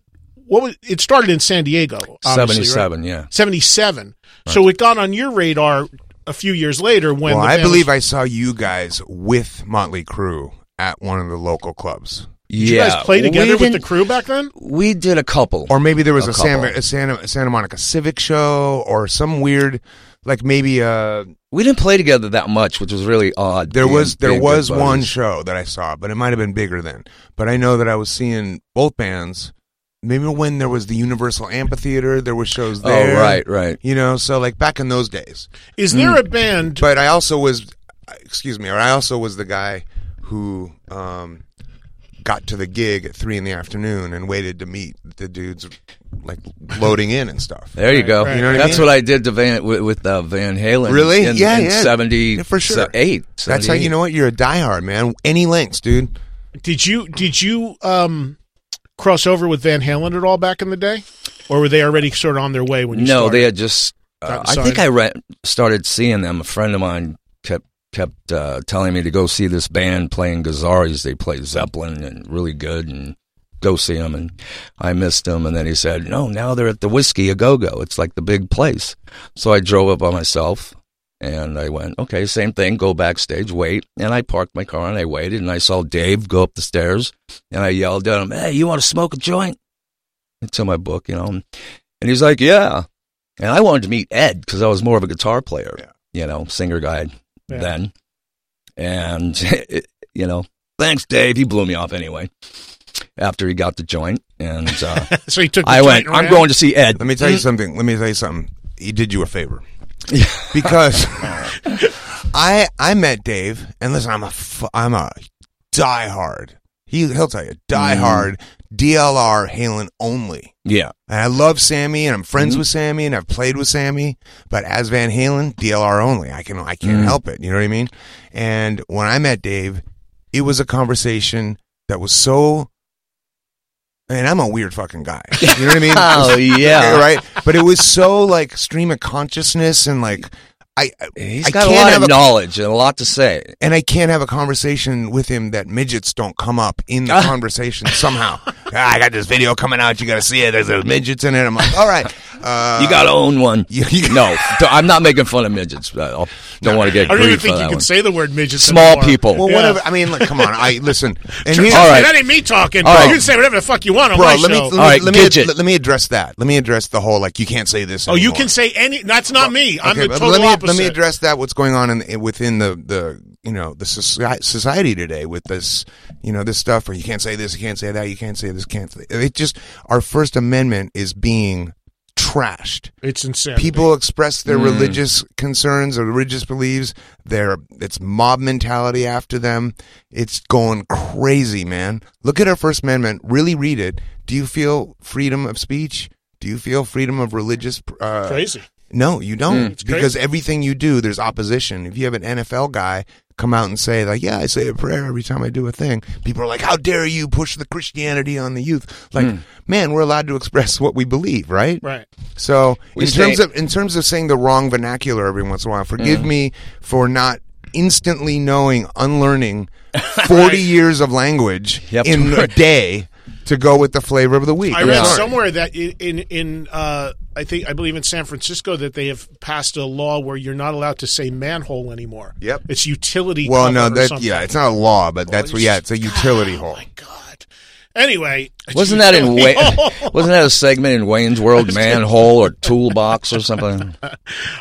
Speaker 3: What was it started in San Diego? obviously, right?
Speaker 6: 77, yeah.
Speaker 3: Seventy-seven. So it got on your radar a few years later when
Speaker 4: well,
Speaker 3: the
Speaker 4: I
Speaker 3: band was-
Speaker 4: believe I saw you guys with Motley Crue at one of the local clubs,
Speaker 3: Did you
Speaker 6: yeah.
Speaker 3: guys play
Speaker 6: We
Speaker 3: together with the
Speaker 6: didn't-
Speaker 3: crew back then.
Speaker 6: We did a couple.
Speaker 4: or maybe there was
Speaker 6: A
Speaker 4: a, Santa,
Speaker 6: couple.
Speaker 4: a Santa a Santa Monica Civic show, or some weird, like maybe uh
Speaker 6: we didn't play together that much, which was really odd.
Speaker 4: there
Speaker 6: being-
Speaker 4: was there
Speaker 6: being good
Speaker 4: was
Speaker 6: buddies.
Speaker 4: one show that I saw, but it might have been bigger then. But I know that I was seeing both bands. Maybe when there was the Universal Amphitheater, there were shows
Speaker 6: Oh,
Speaker 4: there.
Speaker 6: right, right.
Speaker 4: You know, so like back in those days.
Speaker 3: Is
Speaker 4: Hmm.
Speaker 3: there a band?
Speaker 4: But I also was, excuse me, or I also was the guy who um, got to the gig at three in the afternoon and waited to meet the dudes like loading in and stuff.
Speaker 6: There you go.
Speaker 4: right. You know what I
Speaker 6: That's
Speaker 4: mean?
Speaker 6: what I did to Van with, with uh, Van Halen.
Speaker 4: Really?
Speaker 6: In,
Speaker 4: yeah,
Speaker 6: in
Speaker 4: yeah.
Speaker 6: 70,
Speaker 4: Yeah, for sure.
Speaker 6: Eight.
Speaker 4: That's how you know what you're a diehard man. Any lengths, dude.
Speaker 3: Did you did you um, cross over with Van Halen at all back in the day, or were they already sort of on their way when you
Speaker 6: No,
Speaker 3: started?
Speaker 6: they had just. Uh, I
Speaker 3: Outside.
Speaker 6: think I re- started seeing them. A friend of mine kept kept uh, telling me to go see this band playing Gazaris. They play Zeppelin and really good, and go see them. And I missed them. And then he said, "No, now they're at the Whiskey a Go Go. It's like the big place." So I drove up by myself. And I went, okay, same thing, go backstage, wait. And I parked my car and I waited and I saw Dave go up the stairs and I yelled at him, hey, you want to smoke a joint? It's in my book, you know. And he's like, yeah. And I wanted to meet Ed because I was more of a guitar player, you know, singer guy
Speaker 3: Yeah.
Speaker 6: then. And, you know, thanks, Dave. He blew me off anyway after he got the joint. And uh,
Speaker 3: so he took. The
Speaker 6: I went,
Speaker 3: joint
Speaker 6: I'm
Speaker 3: around?
Speaker 6: going to see Ed.
Speaker 4: Let me tell you something. Let me tell you something. He did you a favor. Because I I met Dave and listen, I'm a f- I'm a diehard. He he'll tell you diehard DLR Halen only.
Speaker 6: Yeah.
Speaker 4: And I love Sammy and I'm friends with Sammy and I've played with Sammy, but as Van Halen, DLR only. I can I can't help it. You know what I mean? And when I met Dave, it was a conversation that was so and I'm a weird fucking guy. You know what I mean?
Speaker 6: Oh, yeah.
Speaker 4: right? But it was so like stream of consciousness and like I
Speaker 6: He's
Speaker 4: I
Speaker 6: got a
Speaker 4: can't
Speaker 6: lot
Speaker 4: have
Speaker 6: of
Speaker 4: a-
Speaker 6: knowledge and a lot to say.
Speaker 4: and I can't have a conversation with him that midgets don't come up in the conversation somehow. "Ah, I got this video coming out. You got to see it. There's, there's midgets in it. I'm like, all right. Uh,
Speaker 6: You got to own one.
Speaker 4: you- you-
Speaker 6: no, d- I'm not making fun of midgets. but I'll- Don't want to get
Speaker 3: I don't even
Speaker 6: grief for
Speaker 3: think you
Speaker 6: that
Speaker 3: can
Speaker 6: one.
Speaker 3: say the word midget.
Speaker 6: Small
Speaker 3: anymore.
Speaker 6: people.
Speaker 4: Well,
Speaker 3: Yeah.
Speaker 4: whatever. I mean, like, come on. I listen. And here's-
Speaker 6: Oh, All
Speaker 3: Hey,
Speaker 6: right.
Speaker 3: that ain't me talking.
Speaker 6: All
Speaker 3: bro.
Speaker 6: right.
Speaker 3: You can say whatever the fuck you want on
Speaker 4: bro,
Speaker 3: my
Speaker 4: let me,
Speaker 3: show.
Speaker 4: let, me,
Speaker 6: All right,
Speaker 4: let, me ad-
Speaker 6: Gidget.
Speaker 4: let, me address that. Let me address the whole like you can't say this.
Speaker 3: oh, you
Speaker 4: anymore.
Speaker 3: can say any. That's not me. I'm
Speaker 4: Okay,
Speaker 3: the
Speaker 4: but
Speaker 3: total
Speaker 4: let me,
Speaker 3: opposite.
Speaker 4: Let me address that. What's going on in, in within the the you know the soci- society today with this you know this stuff where you can't say this, you can't say that, you can't say this, can't say it. Just our First Amendment is being trashed.
Speaker 3: It's insane.
Speaker 4: People express
Speaker 3: Mm.
Speaker 4: their religious concerns or religious beliefs. Their it's mob mentality after them. It's going crazy, man. Look at our First Amendment. Really read it. Do you feel freedom of speech? Do you feel freedom of religious uh,
Speaker 3: crazy.
Speaker 4: no, you don't.
Speaker 3: Mm. crazy.
Speaker 4: because everything you do, there's opposition. If you have an NFL guy come out and say, like, yeah, I say a prayer every time I do a thing, people are like, how dare you push the Christianity on the youth? Like, man, we're allowed to express what we believe, right?
Speaker 3: Mm. Right.
Speaker 4: So
Speaker 6: We
Speaker 4: in
Speaker 6: say-
Speaker 4: terms of in terms of saying the wrong vernacular every once in a while, forgive
Speaker 3: Mm.
Speaker 4: me for not instantly knowing, unlearning forty years of language
Speaker 6: You have to
Speaker 4: in a
Speaker 6: work.
Speaker 4: day to go with the flavor of the week.
Speaker 3: I
Speaker 4: I'm
Speaker 3: read
Speaker 4: sorry.
Speaker 3: somewhere that in in, in uh, I think I believe in San Francisco that they have passed a law where you're not allowed to say manhole anymore.
Speaker 4: Yep.
Speaker 3: It's utility.
Speaker 4: Well,
Speaker 3: cover
Speaker 4: no,
Speaker 3: or
Speaker 4: that
Speaker 3: something.
Speaker 4: yeah, it's not a law, but that's
Speaker 3: you
Speaker 4: what yeah, it's a utility hole.
Speaker 3: My God. Anyway,
Speaker 6: Wasn't that in
Speaker 3: utility
Speaker 6: Wa-
Speaker 3: hole.
Speaker 6: Wasn't that a segment in Wayne's World, manhole or toolbox or something?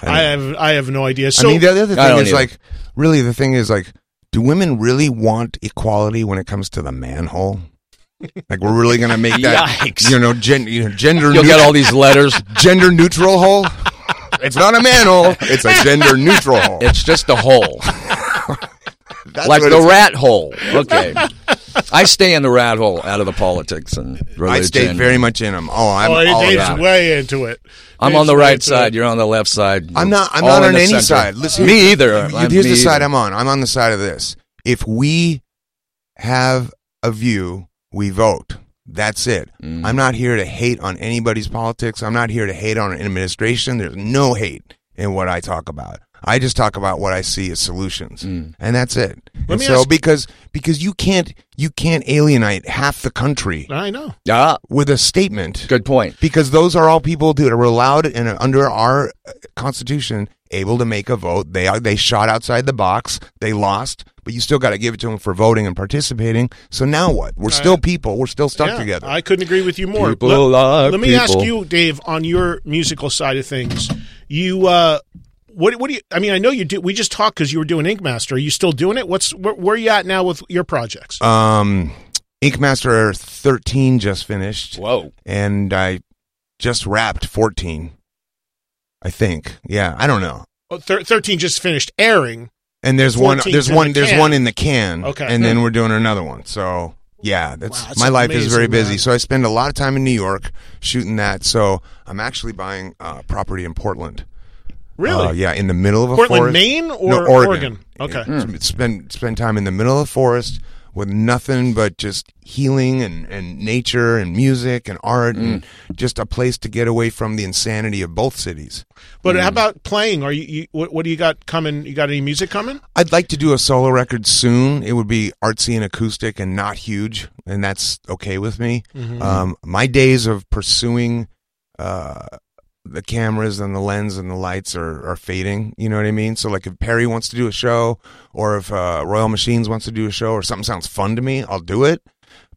Speaker 3: I have I have no idea. So
Speaker 4: I mean, the other
Speaker 6: I
Speaker 4: thing
Speaker 6: don't
Speaker 4: is
Speaker 6: either.
Speaker 4: like, really, the thing is like, do women really want equality when it comes to the manhole? Like, we're really gonna make that,
Speaker 6: Yikes.
Speaker 4: you know, gen- you know gender
Speaker 6: You'll
Speaker 4: neut-
Speaker 6: get all these letters.
Speaker 4: gender neutral hole. It's not a manhole; it's a gender neutral hole.
Speaker 6: It's just a hole,
Speaker 4: That's
Speaker 6: like
Speaker 4: what
Speaker 6: the
Speaker 4: it's-
Speaker 6: rat hole. Okay, I stay in the rat hole, out of the politics and religion.
Speaker 4: I stay very much in them. Oh, I'm
Speaker 3: oh,
Speaker 4: all
Speaker 3: Dave's
Speaker 4: about it.
Speaker 3: way into it.
Speaker 6: I'm
Speaker 3: Dave's
Speaker 6: on the
Speaker 3: way
Speaker 6: right
Speaker 3: into it.
Speaker 6: side. You're on the left side.
Speaker 4: I'm not. I'm
Speaker 6: all
Speaker 4: not
Speaker 6: in
Speaker 4: on
Speaker 6: the
Speaker 4: any
Speaker 6: center.
Speaker 4: side. Listen,
Speaker 6: me either.
Speaker 4: Here's
Speaker 6: I'm-
Speaker 4: the
Speaker 6: me
Speaker 4: side
Speaker 6: either.
Speaker 4: I'm on. I'm on the side of this. If we have a view, we vote. That's it. I'm not here to hate on anybody's politics. I'm not here to hate on an administration. There's no hate. in what I talk about. I just talk about what I see as solutions, and that's it. and
Speaker 3: me
Speaker 4: so
Speaker 3: ask-
Speaker 4: because because you can't you can't alienate half the country
Speaker 3: I know.
Speaker 6: Ah,
Speaker 4: with a statement
Speaker 6: good point.
Speaker 4: because those are all people that are allowed and are under our uh, constitution able to make a vote. They are they shot outside the box. They lost, but you still got to give it to them for voting and participating. So now what? We're still people. We're still stuck
Speaker 3: Yeah,
Speaker 4: together.
Speaker 3: I couldn't agree with you more.
Speaker 6: People
Speaker 3: let,
Speaker 6: are
Speaker 3: let me ask
Speaker 6: people.
Speaker 3: you, Dave, on your musical side of things. You, uh, what, what do you? I mean, I know you do. We just talked because you were doing Ink Master. Are you still doing it? What's where, where are you at now with your projects?
Speaker 4: um, Ink Master thirteen just finished.
Speaker 6: Whoa.
Speaker 4: and I just wrapped 14. I think. Yeah, I don't know.
Speaker 3: Oh, thir- Thirteen just finished airing.
Speaker 4: And there's one
Speaker 3: 14's
Speaker 4: there's
Speaker 3: in
Speaker 4: one
Speaker 3: the
Speaker 4: there's
Speaker 3: can.
Speaker 4: one in the can
Speaker 3: Okay.
Speaker 4: and then we're doing another one. So, yeah, that's,
Speaker 3: Wow, that's
Speaker 4: my life is very
Speaker 3: amazing,
Speaker 4: busy.
Speaker 3: man.
Speaker 4: So I spend a lot of time in New York shooting that. So, I'm actually buying uh, property in Portland.
Speaker 3: Really?
Speaker 4: Uh, yeah, in the middle of a
Speaker 3: Portland,
Speaker 4: forest.
Speaker 3: Maine, or
Speaker 4: No,
Speaker 3: Oregon? Okay.
Speaker 4: Sp- Spend spend time in the middle of the forest with nothing but just healing and, and nature and music and art and
Speaker 3: Mm.
Speaker 4: just a place to get away from the insanity of both cities.
Speaker 3: But
Speaker 4: Mm.
Speaker 3: how about playing? Are you, you what, what do you got coming? You got any music coming?
Speaker 4: I'd like to do a solo record soon. It would be artsy and acoustic and not huge, and that's okay with me.
Speaker 3: Mm-hmm.
Speaker 4: Um, my days of pursuing uh, the cameras and the lens and the lights are, are fading. You know what I mean? So, like, if Perry wants to do a show, or if uh, Royal Machines wants to do a show, or something sounds fun to me, I'll do it.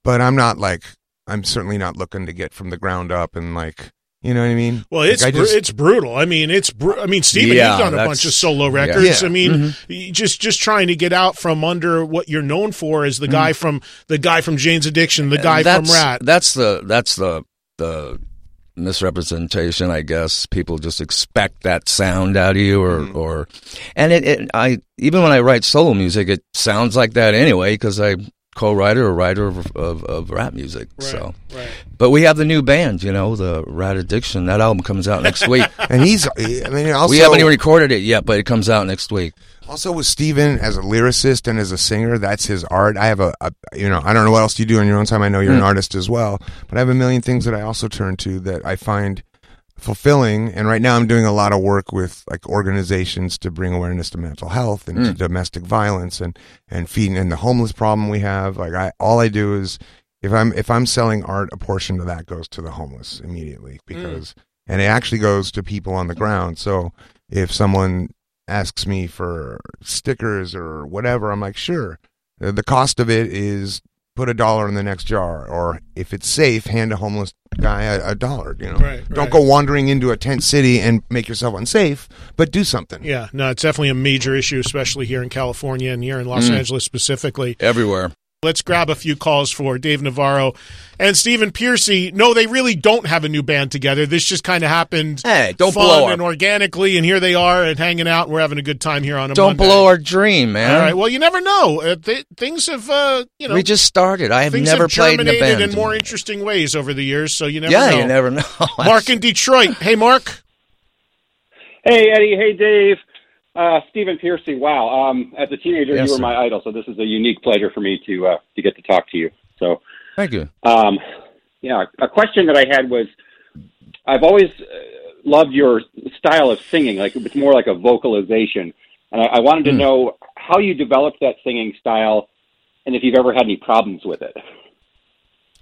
Speaker 4: But I'm not like I'm certainly not looking to get from the ground up and like you know what I mean.
Speaker 3: Well,
Speaker 4: Like,
Speaker 3: it's
Speaker 4: I
Speaker 3: bru-
Speaker 4: just-
Speaker 3: it's brutal. I mean, it's bru- I mean, Steven,
Speaker 6: Yeah, Mm-hmm.
Speaker 3: you've done a
Speaker 6: that's-
Speaker 3: bunch of solo records.
Speaker 4: Yeah.
Speaker 3: I mean, you just just trying to get out from under what you're known for as the guy from the guy from Jane's Addiction, the guy from
Speaker 6: Mm-hmm. that's,
Speaker 3: Rat.
Speaker 6: That's the that's the the misrepresentation, I guess. People just expect that sound out of you, or
Speaker 3: Mm-hmm.
Speaker 6: or and it, it I even when I write solo music, it sounds like that anyway because I co-writer or writer of of, of rap music. So,
Speaker 3: right.
Speaker 6: but we have the new band, you know, the Rat Addiction. That album comes out next week.
Speaker 4: and he's. I mean, also
Speaker 6: we haven't even recorded it yet, but it comes out next week.
Speaker 4: Also with Steven as a lyricist and as a singer, that's his art. I have a, a you know, I don't know what else you do in your own time. I know you're an artist as well, but I have a million things that I also turn to that I find fulfilling. And right now I'm doing a lot of work with like organizations to bring awareness to mental health
Speaker 3: Mm.
Speaker 4: and to domestic violence and and feeding and the homeless problem we have. Like I all I do is if I'm if I'm selling art, a portion of that goes to the homeless
Speaker 3: Mm.
Speaker 4: immediately because and it actually goes to people on the ground. So if someone asks me for stickers or whatever, I'm like, sure. Uh, The cost of it is put a dollar in the next jar, or if it's safe, hand a homeless guy a, a dollar. You know,
Speaker 3: Right,
Speaker 4: don't
Speaker 3: right.
Speaker 4: go wandering into a tent city and make yourself unsafe, but do something.
Speaker 3: Yeah, no, it's definitely a major issue, especially here in California and here in
Speaker 6: Mm.
Speaker 3: Los Angeles specifically.
Speaker 6: Everywhere.
Speaker 3: Let's grab a few calls for Dave Navarro and Stephen Piercy. No, they really don't have a new band together. This just kind of happened.
Speaker 6: Hey, don't
Speaker 3: fun
Speaker 6: blow our-
Speaker 3: and organically, and here they are and hanging out. We're having a good time here on a
Speaker 6: Don't
Speaker 3: Monday.
Speaker 6: blow our dream, man.
Speaker 3: All right. Well, you never know. Uh, th- things have, uh, you know,
Speaker 6: we just started. I have
Speaker 3: things
Speaker 6: never
Speaker 3: have
Speaker 6: played in a
Speaker 3: germinated
Speaker 6: band.
Speaker 3: in more interesting ways over the years. So you never
Speaker 6: yeah,
Speaker 3: know.
Speaker 6: you never know.
Speaker 3: Mark in Detroit. Hey, Mark.
Speaker 8: Hey Eddie, hey Dave, uh, Stephen Piercy. Wow, um, as a teenager,
Speaker 6: Yes,
Speaker 8: you were
Speaker 6: sir.
Speaker 8: my idol, so this is a unique pleasure for me to uh, to get to talk to you. So,
Speaker 6: Thank you.
Speaker 8: um, yeah, a question that I had was, I've always uh, loved your style of singing. Like it's more like a vocalization, and I, I wanted
Speaker 6: Hmm.
Speaker 8: to know how you developed that singing style, and if you've ever had any problems with it.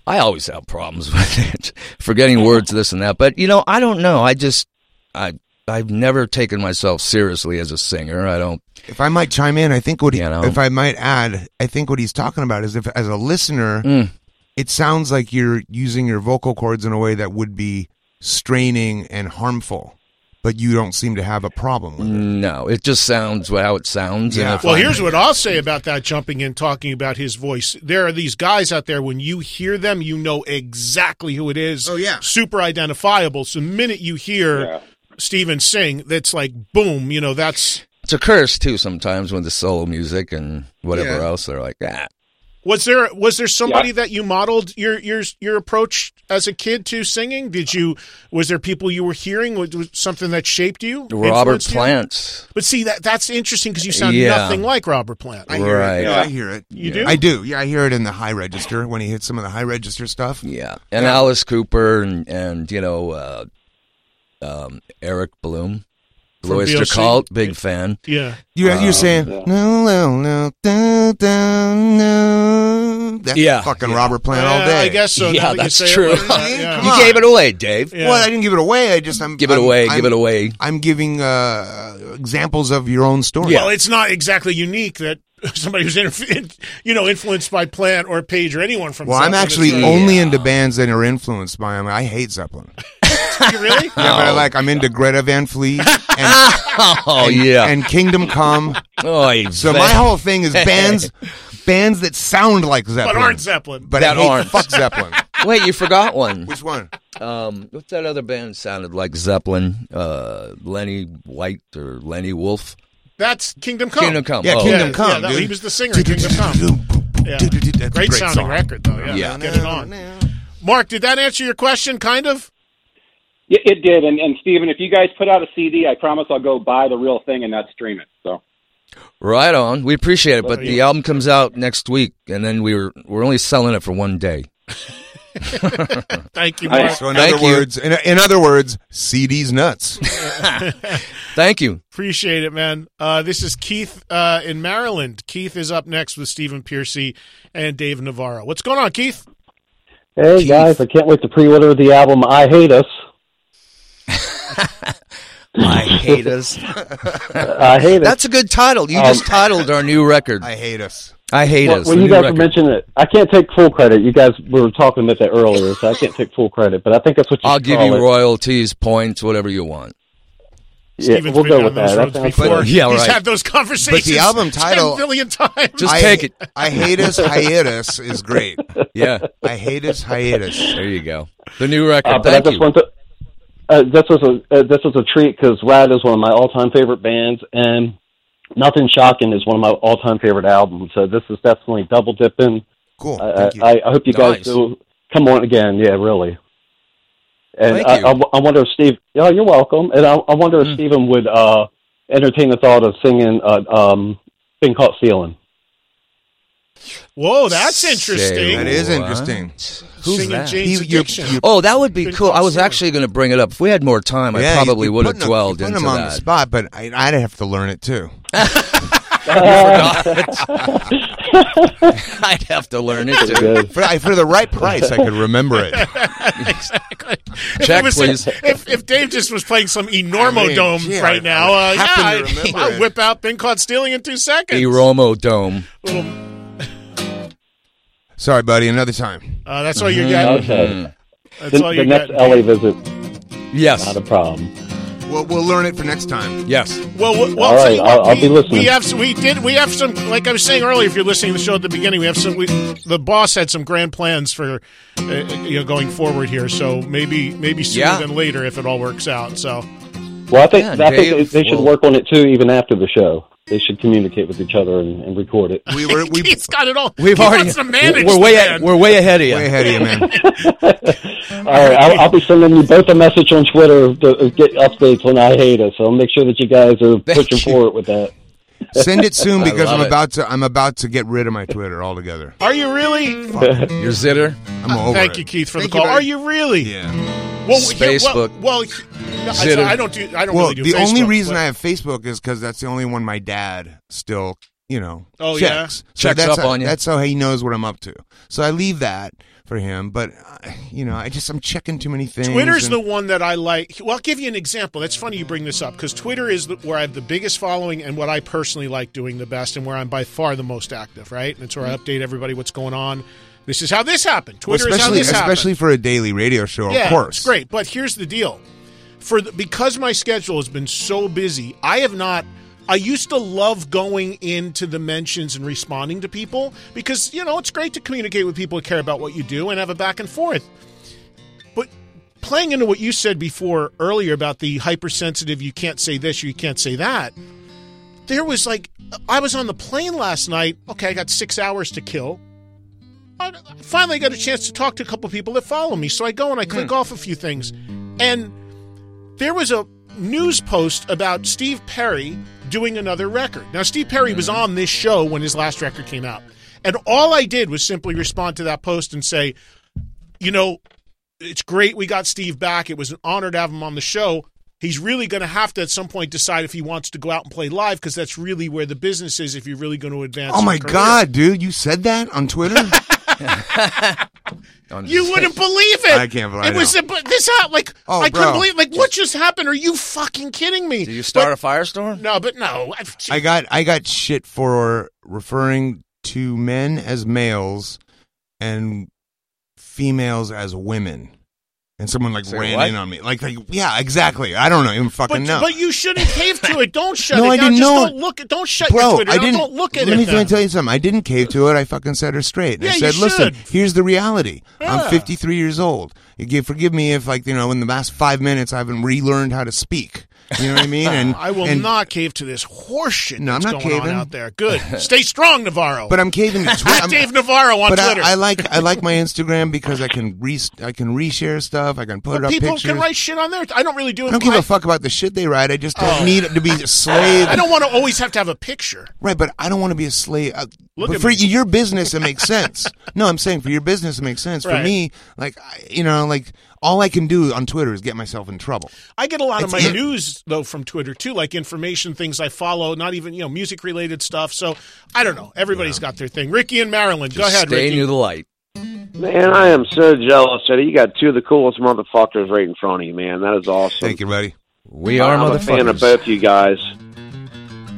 Speaker 6: I always have problems with it, forgetting words, this and that. But you know, I don't know. I just, I, I've never taken myself seriously as a singer. I don't.
Speaker 4: If I might chime in, I think what he,
Speaker 6: You know.
Speaker 4: if I might add, I think what he's talking about is if as a listener,
Speaker 6: Mm.
Speaker 4: it sounds like you're using your vocal cords in a way that would be straining and harmful, but you don't seem to have a problem with it.
Speaker 6: No, it just sounds how it sounds.
Speaker 4: Yeah.
Speaker 6: And if
Speaker 3: Well,
Speaker 6: I-
Speaker 3: here's what I'll say about that jumping in, talking about his voice. There are these guys out there, when you hear them, you know exactly who it is.
Speaker 4: Oh, yeah.
Speaker 3: Super identifiable. So, the minute you hear
Speaker 8: Yeah.
Speaker 3: Steven sing, that's like, boom, you know, that's.
Speaker 6: it's a curse too sometimes when the solo music and whatever
Speaker 4: Yeah.
Speaker 6: else they're like, ah,
Speaker 3: Was there was there somebody
Speaker 8: Yeah.
Speaker 3: that you modeled your your your approach as a kid to singing? Did you was there people you were hearing was, was something that shaped you?
Speaker 6: Robert
Speaker 3: influenced you?
Speaker 6: Plant.
Speaker 3: But see that that's interesting because you sound
Speaker 6: Yeah.
Speaker 3: nothing like Robert Plant.
Speaker 4: I hear
Speaker 6: Right.
Speaker 4: it.
Speaker 8: Yeah.
Speaker 4: I hear it.
Speaker 3: You do?
Speaker 4: I do. Yeah, I hear it in the high register when he hits some of the high register stuff.
Speaker 6: Yeah, and Alice Cooper and and you know, uh, um, Eric Bloom. Blue Oyster
Speaker 3: BOC.
Speaker 6: Cult, big fan.
Speaker 3: Yeah.
Speaker 4: You, you're
Speaker 6: Um,
Speaker 4: saying
Speaker 8: yeah.
Speaker 4: no, no, no, da, da, no. That's
Speaker 6: Yeah,
Speaker 4: fucking
Speaker 6: yeah.
Speaker 4: Robert Plant all
Speaker 3: Yeah,
Speaker 4: day.
Speaker 3: Uh, I guess so. now
Speaker 6: Yeah,
Speaker 3: that you
Speaker 6: that's
Speaker 3: say it
Speaker 6: true.
Speaker 3: like that, yeah.
Speaker 4: Come
Speaker 6: You
Speaker 4: on.
Speaker 6: gave it away, Dave.
Speaker 3: Yeah.
Speaker 4: Well, I didn't give it away. I just I'm
Speaker 6: Give it
Speaker 4: I'm-
Speaker 6: away.
Speaker 4: I'm-
Speaker 6: give it away.
Speaker 4: I'm giving uh, examples of your own story.
Speaker 6: Yeah.
Speaker 3: Well, it's not exactly unique that somebody who's interfe- you know influenced by Plant or Page or anyone from.
Speaker 4: Well, I'm
Speaker 3: Zeppelin
Speaker 4: actually
Speaker 3: is like-
Speaker 4: only into bands that are influenced by them. I hate Zeppelin. Yeah,
Speaker 3: really.
Speaker 4: but I like I'm into Greta Van Fleet and,
Speaker 6: Oh
Speaker 4: and-
Speaker 6: yeah.
Speaker 4: and Kingdom Come.
Speaker 6: oh, he-
Speaker 4: So my whole thing is bands, bands that sound like Zeppelin,
Speaker 3: But aren't Zeppelin?
Speaker 4: But
Speaker 6: That
Speaker 4: I hate
Speaker 6: aren't.
Speaker 4: fuck Zeppelin.
Speaker 6: wait, you forgot one.
Speaker 4: Which one?
Speaker 6: Um, what's that other band sounded like Zeppelin? Uh, Lenny White or Lenny Wolf?
Speaker 3: That's Kingdom Come.
Speaker 6: Kingdom Come.
Speaker 4: Yeah,
Speaker 6: oh.
Speaker 4: Kingdom
Speaker 3: yeah,
Speaker 4: Come.
Speaker 3: that-
Speaker 4: dude.
Speaker 3: he was the singer in Kingdom Come. Yeah.
Speaker 4: That's a
Speaker 3: Great, sounding
Speaker 4: song.
Speaker 3: record though. Yeah.
Speaker 6: Yeah.
Speaker 3: Get it on. Mark, did that answer your question? Kind of.
Speaker 8: It, it did. And, and Steven, if you guys put out a CD, I promise I'll go buy the real thing and not stream it. So
Speaker 6: Right on. We appreciate it, but the album comes out next week, and then we were we're only selling it for one day.
Speaker 3: Thank you,
Speaker 8: I-
Speaker 3: Mark.
Speaker 4: So in
Speaker 6: Thank
Speaker 4: other
Speaker 6: you.
Speaker 4: words, in, in other words, CD's nuts.
Speaker 6: Thank you.
Speaker 3: Appreciate it, man. Uh, this is Keith uh, in Maryland. Keith is up next with Stephen Piercy and Dave Navarro. What's going on, Keith?
Speaker 9: Hey
Speaker 6: Keith.
Speaker 9: guys, I can't wait to pre-order the album "I Hate Us."
Speaker 6: I hate us.
Speaker 9: I hate us.
Speaker 6: That's a good title. You just titled our new record.
Speaker 4: I hate us.
Speaker 6: I hate
Speaker 9: Um, Well,
Speaker 6: us.
Speaker 9: well,
Speaker 6: the
Speaker 9: you
Speaker 6: new
Speaker 9: guys were
Speaker 6: record.
Speaker 9: mentioning it. I can't take full credit. You guys we were talking about that earlier, so I can't take full credit. But I think that's what you
Speaker 6: I'll
Speaker 9: should
Speaker 6: give
Speaker 9: call
Speaker 6: you
Speaker 9: it.
Speaker 6: royalties, points, whatever you want.
Speaker 9: Yeah,
Speaker 3: Steven's
Speaker 9: we'll
Speaker 3: been
Speaker 9: go
Speaker 3: down
Speaker 9: with
Speaker 3: those
Speaker 9: that.
Speaker 3: roads
Speaker 9: that sounds
Speaker 3: before.
Speaker 9: good.
Speaker 6: But- yeah,
Speaker 3: He's
Speaker 6: right.
Speaker 3: had those conversations.
Speaker 4: album
Speaker 3: 10
Speaker 4: title-
Speaker 3: million times.
Speaker 6: Just
Speaker 4: I-
Speaker 6: take it.
Speaker 4: I hate us. Hiatus is great.
Speaker 6: Yeah,
Speaker 4: I hate us. Hiatus.
Speaker 6: there you go. The new record.
Speaker 9: Uh, but I
Speaker 6: Thank
Speaker 9: just
Speaker 6: you.
Speaker 9: want to. Uh, this was a uh, this was a treat because Rad is one of my all-time favorite bands, and Nothing Shocking is one of my all-time favorite albums. So this is definitely double dipping.
Speaker 4: Cool.
Speaker 9: I,
Speaker 4: Thank you.
Speaker 9: I, I hope you guys
Speaker 6: Nice.
Speaker 9: do come on again. Yeah, really. And
Speaker 6: Thank
Speaker 9: I,
Speaker 6: you. Mm.
Speaker 9: I, I wonder if Steve. Oh, you're welcome. And I, I wonder if Steven would uh, entertain the thought of singing uh, um, "Been Caught Stealing."
Speaker 3: Whoa, that's
Speaker 6: Say
Speaker 3: interesting.
Speaker 4: That is
Speaker 6: what?
Speaker 4: interesting.
Speaker 6: Who's
Speaker 3: Singing
Speaker 6: that?
Speaker 3: Jane's
Speaker 4: He- you're-
Speaker 3: Addiction.
Speaker 4: you're-
Speaker 6: Oh, that would be cool. I was
Speaker 3: Consumer.
Speaker 6: actually going to bring it up. If we had more time, I
Speaker 4: Yeah, you-
Speaker 6: probably
Speaker 4: you're
Speaker 6: would have
Speaker 4: putting him-
Speaker 6: dwelled
Speaker 4: you're putting
Speaker 6: into
Speaker 4: him on the
Speaker 6: that.
Speaker 4: spot, but I, I'd have to learn it too.
Speaker 6: I'd have to learn it too.
Speaker 4: For, I, for the right price, I could remember it.
Speaker 3: exactly. If
Speaker 6: Check,
Speaker 3: it was-
Speaker 6: please.
Speaker 3: If, if Dave just was playing some
Speaker 4: I mean,
Speaker 3: enormodome
Speaker 4: yeah, I-
Speaker 3: right now,
Speaker 4: I
Speaker 3: uh, yeah,
Speaker 4: happen to
Speaker 3: I,
Speaker 4: remember
Speaker 3: I
Speaker 4: it.
Speaker 3: whip out "Been Caught Stealing" in two seconds.
Speaker 6: The Romo Dome.
Speaker 3: Little-
Speaker 4: Sorry, buddy. Another time.
Speaker 3: uh, that's all you got.
Speaker 9: Mm-hmm. Okay.
Speaker 3: That's
Speaker 9: The,
Speaker 3: all
Speaker 9: the
Speaker 3: you
Speaker 9: next
Speaker 3: got.
Speaker 9: LA visit,
Speaker 6: Yes.
Speaker 9: not a problem.
Speaker 4: We'll, we'll learn it for next time.
Speaker 6: Yes.
Speaker 3: Well, w- well,
Speaker 9: All
Speaker 3: tell
Speaker 9: right,
Speaker 3: you what,
Speaker 9: I'll- I'll
Speaker 3: we,
Speaker 9: be listening.
Speaker 3: We have, s- we did, we have some. Like I was saying earlier, if you're listening to the show at the beginning, we have some. We, the boss had some grand plans for, uh, you know, going forward here. So maybe, maybe sooner
Speaker 6: Yeah.
Speaker 3: than later if it all works out. So
Speaker 9: Well, I think
Speaker 6: Yeah,
Speaker 9: I think
Speaker 6: Dave,
Speaker 9: they, they should
Speaker 6: well-
Speaker 9: work on it too, even after the show. They should communicate with each other and, and record it.
Speaker 4: We were we
Speaker 3: he's got it all.
Speaker 6: We've
Speaker 3: he
Speaker 6: already.
Speaker 3: Wants to manage
Speaker 6: We're way.
Speaker 3: the
Speaker 6: a-
Speaker 3: band.
Speaker 6: We're way ahead of you.
Speaker 4: way ahead of you, man.
Speaker 9: All right, I'll, I'll be sending you both a message on Twitter to uh, get updates on I Hate Us. So I'll make sure that you guys are pushing
Speaker 6: you.
Speaker 9: forward with that.
Speaker 4: Send it soon
Speaker 6: I
Speaker 4: because
Speaker 6: love
Speaker 4: I'm
Speaker 6: it.
Speaker 4: about to I'm about to get rid of my Twitter altogether.
Speaker 3: Are you really?
Speaker 6: Your zitter.
Speaker 4: I'm over
Speaker 3: Thank
Speaker 4: it.
Speaker 3: you, Keith, for
Speaker 4: Thank
Speaker 3: the call.
Speaker 4: very-
Speaker 3: Are you really?
Speaker 4: Yeah.
Speaker 3: Well, here- well,
Speaker 6: Facebook.
Speaker 3: well, he- no, I-
Speaker 6: Zitter.
Speaker 3: I don't do. I don't
Speaker 4: Well,
Speaker 3: really do.
Speaker 4: the only
Speaker 3: Facebook,
Speaker 4: reason
Speaker 3: but-
Speaker 4: I have Facebook is because that's the only one my dad still, you know,
Speaker 3: Oh, yeah?
Speaker 4: checks. So
Speaker 6: Checks
Speaker 4: that's
Speaker 6: up
Speaker 4: how,
Speaker 6: on you.
Speaker 4: That's how he knows what I'm up to. So I leave that for him. But I, you know, I just I'm checking too many things.
Speaker 3: Twitter's
Speaker 4: and-
Speaker 3: the one that I like. Well, I'll give you an example. That's funny you bring this up because Twitter is the, where I have the biggest following and what I personally like doing the best and where I'm by far the most active, right? And it's where
Speaker 4: Mm-hmm.
Speaker 3: I update everybody what's going on. This is how this happened.
Speaker 4: Well,
Speaker 3: Twitter is how
Speaker 4: especially
Speaker 3: this happened.
Speaker 4: especially for a daily radio show.
Speaker 3: yeah,
Speaker 4: of course,
Speaker 3: It's great. But here's the deal. For the, because my schedule has been so busy, I have not I used to love going into the mentions and responding to people because, you know, it's great to communicate with people who care about what you do and have a back and forth. But playing into what you said before earlier about the hypersensitive, you can't say this, you can't say that. There was like, I was on the plane last night. Okay, I got six hours to kill. I finally got a chance to talk to a couple people that follow me. So I go and I
Speaker 4: Hmm.
Speaker 3: click off a few things. And there was a news post about Steve Perry doing another record. Now, Steve Perry
Speaker 4: Hmm.
Speaker 3: was on this show when his last record came out. And all I did was simply respond to that post and say, you know, it's great we got Steve back. It was an honor to have him on the show. he's really going to have to at some point decide if he wants to go out and play live because that's really where the business is if you're really going to advance.
Speaker 4: Oh
Speaker 3: your
Speaker 4: my
Speaker 3: career.
Speaker 4: God, dude! You said that on Twitter.
Speaker 6: I'm
Speaker 3: You
Speaker 6: just-
Speaker 3: wouldn't believe it.
Speaker 4: I can't believe-
Speaker 3: it
Speaker 4: I
Speaker 3: was.
Speaker 4: know.
Speaker 3: A, but this out like
Speaker 4: Oh,
Speaker 3: I couldn't
Speaker 4: bro.
Speaker 3: believe like what just happened. Are you fucking kidding me?
Speaker 6: Do you start a firestorm?
Speaker 3: But- no, but no. I,
Speaker 4: I got I got shit for referring to men as males and females as women. And someone like
Speaker 6: Say
Speaker 4: ran
Speaker 6: what?
Speaker 4: in on me. Like, like yeah, exactly. I don't know, even
Speaker 3: but,
Speaker 4: fucking know.
Speaker 3: but you shouldn't cave to it. Don't shut
Speaker 4: No,
Speaker 3: it
Speaker 4: I
Speaker 3: down.
Speaker 4: didn't
Speaker 3: Just
Speaker 4: know
Speaker 3: don't look. at- Don't shut your
Speaker 4: Bro,
Speaker 3: Twitter.
Speaker 4: I
Speaker 3: down.
Speaker 4: didn't
Speaker 3: don't look at
Speaker 4: let
Speaker 3: it.
Speaker 4: me,
Speaker 3: then.
Speaker 4: let me tell you something. I didn't cave to it. I fucking said her straight.
Speaker 3: Yeah,
Speaker 4: And I
Speaker 3: you
Speaker 4: said, "Listen,
Speaker 3: should.
Speaker 4: here's the reality.
Speaker 3: Yeah.
Speaker 4: I'm 53 years old. Again, forgive me if, like, you know, in the last five minutes, I haven't relearned how to speak. You know what I mean? And
Speaker 3: I will
Speaker 4: and-
Speaker 3: not cave to this horseshit
Speaker 4: No, I'm
Speaker 3: that's
Speaker 4: not
Speaker 3: going on
Speaker 4: caving.
Speaker 3: out there. Good. Stay strong, Navarro.
Speaker 4: But I'm caving to Twitter. I'm-
Speaker 3: Dave Navarro on
Speaker 4: but
Speaker 3: Twitter.
Speaker 4: I, I like I like my Instagram because I can re I can reshare stuff. I can put
Speaker 3: But
Speaker 4: it up
Speaker 3: people
Speaker 4: pictures.
Speaker 3: can write shit on there. I don't really do it.
Speaker 4: I don't give a fuck about the shit they write. I just don't
Speaker 3: Oh.
Speaker 4: need to be a slave.
Speaker 3: I don't want to always have to have a picture.
Speaker 4: right, but I don't want to be a slave. Uh,
Speaker 3: Look
Speaker 4: but
Speaker 3: at
Speaker 4: for
Speaker 3: me.
Speaker 4: your business, it makes sense. no, I'm saying for your business, it makes sense. For
Speaker 3: Right.
Speaker 4: me, like I- you know, like all I can do on Twitter is get myself in trouble.
Speaker 3: I get a lot of my
Speaker 4: It's-
Speaker 3: news though from Twitter too, like information things I follow, not even you know music related stuff. So I don't know. Everybody's got their thing. Ricky and Maryland, go
Speaker 6: Just
Speaker 3: ahead,
Speaker 6: Stay
Speaker 3: Ricky.
Speaker 6: near the light.
Speaker 10: Man, I am so jealous, Eddie. You got two of the coolest motherfuckers right in front of you, man. That is awesome.
Speaker 4: Thank you, buddy.
Speaker 6: We are
Speaker 10: I'm a
Speaker 6: motherfuckers.
Speaker 10: fan of both you guys.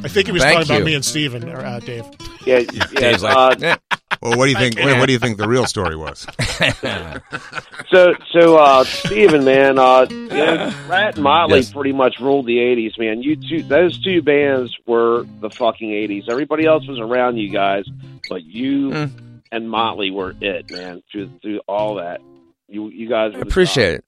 Speaker 3: I think he was
Speaker 6: Thank
Speaker 3: talking about
Speaker 6: you.
Speaker 3: me and Steven, or uh, Dave.
Speaker 10: Yeah, yeah.
Speaker 6: Dave's like,
Speaker 10: uh,
Speaker 6: "Eh,
Speaker 4: Well, what do you think? What do you think the real story was?
Speaker 10: So, so uh, Steven, man, uh, you know, Rat and Motley
Speaker 6: Yes.
Speaker 10: pretty much ruled the '80s, man. You two, those two bands were the fucking '80s. Everybody else was around you guys, but you and Motley were it, man. Through through all that, you you guys.
Speaker 6: I appreciate it.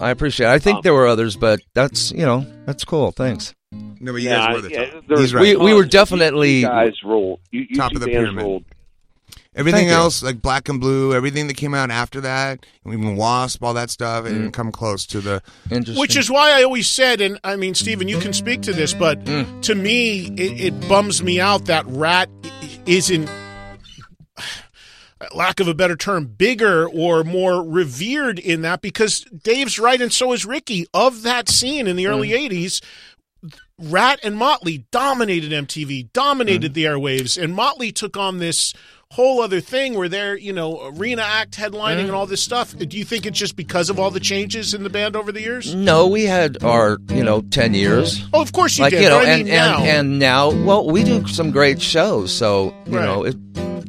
Speaker 6: I appreciate it. I think
Speaker 10: Um,
Speaker 6: there were others, but that's, you know, that's cool. Thanks.
Speaker 4: No, but you
Speaker 10: Yeah,
Speaker 4: guys were the
Speaker 10: yeah,
Speaker 4: top.
Speaker 10: there
Speaker 4: He's
Speaker 10: was
Speaker 4: right.
Speaker 6: We- we were
Speaker 10: tons.
Speaker 6: definitely-
Speaker 10: you guys ruled. You, you
Speaker 4: Top
Speaker 10: two
Speaker 4: of the
Speaker 10: bands
Speaker 4: pyramid.
Speaker 10: Ruled.
Speaker 4: Everything
Speaker 6: Thank you.
Speaker 4: else, like Black and Blue, everything that came out after that, even Wasp, all that stuff, it
Speaker 6: Mm-hmm.
Speaker 4: didn't come close to the.
Speaker 6: Interesting.
Speaker 3: Which is why I always said, and I mean, Steven, you can speak to this, but to me, it, it bums me out that Rat i- isn't, lack of a better term, bigger or more revered in that because Dave's right, and so is Ricky. Of that scene in the early 80s, Rat and Motley dominated MTV, dominated the airwaves, and Motley took on this whole other thing where they're, you know, arena act headlining and all this stuff. Do you think it's just because of all the changes in the band over the years?
Speaker 6: No, we had our, you know, 10 years.
Speaker 3: Oh, of course you
Speaker 6: like
Speaker 3: did.
Speaker 6: you know,
Speaker 3: but I
Speaker 6: and,
Speaker 3: mean now.
Speaker 6: and and now, well, we do some great shows, so you
Speaker 3: Right.
Speaker 6: know, it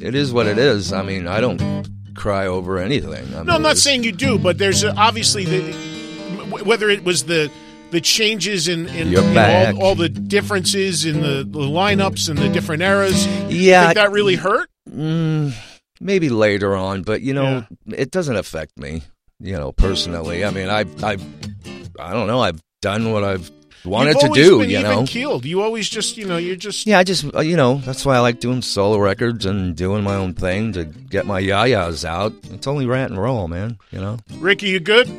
Speaker 6: it is what it is. I mean, I don't cry over anything. I
Speaker 3: no, I'm
Speaker 6: mean,
Speaker 3: not
Speaker 6: it's-
Speaker 3: saying you do, but there's uh, obviously the w- whether it was the the changes in, in,
Speaker 6: You're
Speaker 3: in
Speaker 6: back.
Speaker 3: all, all the differences in the, the lineups and the different eras.
Speaker 6: Yeah.
Speaker 3: think that really hurt.
Speaker 6: Mm, maybe later on, but you know, it doesn't affect me. You know, personally. I mean, I I I don't know. I've done what I've wanted
Speaker 3: You've
Speaker 6: to
Speaker 3: always
Speaker 6: do.
Speaker 3: been
Speaker 6: You
Speaker 3: even
Speaker 6: know.
Speaker 3: keeled. You always just you know you're just
Speaker 6: Yeah, I just uh, you know that's why I like doing solo records and doing my own thing to get my yayas out. It's only rat and roll, man. You know.
Speaker 3: Ricky. You good?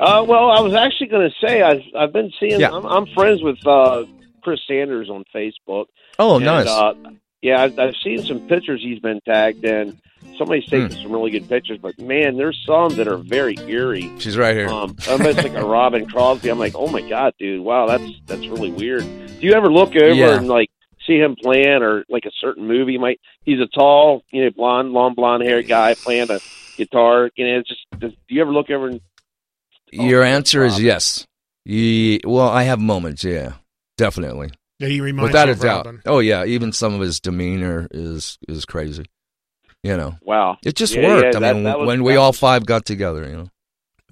Speaker 10: Uh, well, I was actually going to say I, I've been seeing.
Speaker 6: Yeah.
Speaker 10: I'm, I'm friends with uh, Chris Sanders on Facebook.
Speaker 6: Oh,
Speaker 10: And,
Speaker 6: nice.
Speaker 10: Uh, yeah, I've, I've seen some pictures he's been tagged in. Somebody's
Speaker 6: Hmm.
Speaker 10: taken some really good pictures, but man, there's some that are very eerie.
Speaker 6: She's right here.
Speaker 10: Um, almost like a Robin Crosby. I'm like, oh my god, dude, wow, that's that's really weird. Do you ever look over
Speaker 6: Yeah.
Speaker 10: and like see him playing or like a certain movie? Might he's a tall, you know, blonde, long blonde haired guy playing a guitar. You know, it's just does, do you ever look over and
Speaker 6: Your answer is
Speaker 10: Rob.
Speaker 6: yes. Ye- well, I have moments, yeah, definitely,
Speaker 3: Yeah, he reminds
Speaker 6: without
Speaker 3: me
Speaker 6: a
Speaker 3: of
Speaker 6: doubt.
Speaker 3: Robin.
Speaker 6: Oh yeah, even some of his demeanor is is crazy. You know,
Speaker 10: wow?
Speaker 6: it just
Speaker 10: Yeah,
Speaker 6: worked.
Speaker 10: yeah,
Speaker 6: I
Speaker 10: that-
Speaker 6: mean,
Speaker 10: that was-
Speaker 6: when we
Speaker 10: that
Speaker 6: all
Speaker 10: was-
Speaker 6: five got together, you know,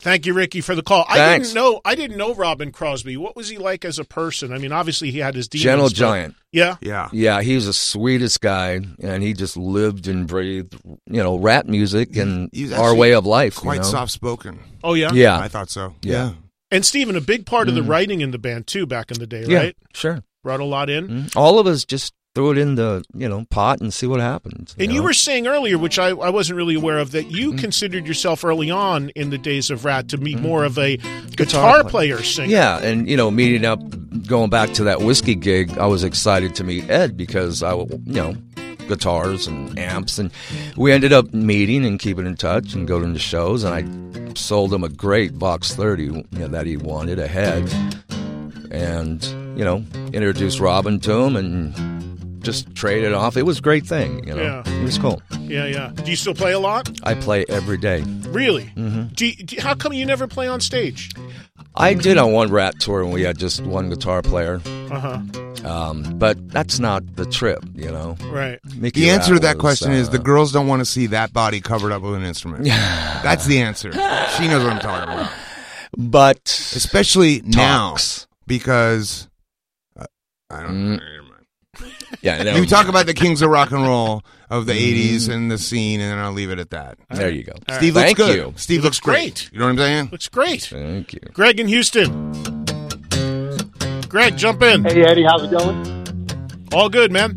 Speaker 3: Thank you, Ricky, for the call. I
Speaker 6: Thanks.
Speaker 3: didn't know. I didn't know Robin Crosby. What was he like as a person? I mean, obviously he had his demons.
Speaker 6: gentle
Speaker 3: but-
Speaker 6: giant.
Speaker 3: Yeah.
Speaker 4: Yeah.
Speaker 6: Yeah, he was the sweetest guy, and he just lived and breathed, you know, rap music and
Speaker 4: He was
Speaker 6: our
Speaker 4: actually
Speaker 6: way of life. you
Speaker 4: Quite
Speaker 6: know?
Speaker 4: soft spoken.
Speaker 3: Oh yeah.
Speaker 6: Yeah,
Speaker 4: I thought so.
Speaker 6: Yeah.
Speaker 3: And Steven, a big part of the writing in the band too back in the day,
Speaker 6: yeah,
Speaker 3: right?
Speaker 6: sure.
Speaker 3: Brought a lot in.
Speaker 6: Mm. All of us just threw it in the you know pot and see what happens.
Speaker 3: And you
Speaker 6: know?
Speaker 3: were saying earlier, which I, I wasn't really aware of, that you considered yourself early on in the days of Rat to be more of a guitar, player,
Speaker 6: player.
Speaker 3: singer.
Speaker 6: Yeah, and you know, meeting up, going back to that whiskey gig, I was excited to meet Ed because I, you know, guitars and amps. And we ended up meeting and keeping in touch and going to shows. And I sold him a great Vox 30 you know, that he wanted ahead. And, you know, introduced Robin to him and just traded off. It was a great thing, you know.
Speaker 3: Yeah.
Speaker 6: It was cool.
Speaker 3: Yeah, yeah. Do you still play a lot?
Speaker 6: I play every day.
Speaker 3: Really? Do, you, do you- how come you never play on stage?
Speaker 6: I did on one rat tour when we had just one guitar player,
Speaker 3: Uh huh.
Speaker 6: um, but that's not the trip, you know.
Speaker 3: Right.
Speaker 6: Mickey
Speaker 4: The answer to
Speaker 6: Rat
Speaker 4: that
Speaker 6: was,
Speaker 4: question is the
Speaker 6: uh,
Speaker 4: girls don't want to see that body covered up with an instrument. That's the answer. She knows what I'm talking about.
Speaker 6: But
Speaker 4: Especially now
Speaker 6: Talks.
Speaker 4: because uh, I don't
Speaker 6: Mm. yeah,
Speaker 4: know.
Speaker 6: no,
Speaker 4: You talk about the kings of rock and roll of
Speaker 6: Mm.
Speaker 4: the 80s and the scene and then I'll leave it at that.
Speaker 6: There you go.
Speaker 4: Steve looks
Speaker 6: Thank
Speaker 4: good.
Speaker 6: you.
Speaker 4: Steve looks great.
Speaker 3: great.
Speaker 4: You know what I'm saying?
Speaker 3: Looks great.
Speaker 6: Thank you.
Speaker 3: Greg in Houston. Greg, jump in.
Speaker 11: Hey Eddie, how's it going?
Speaker 3: All good, man.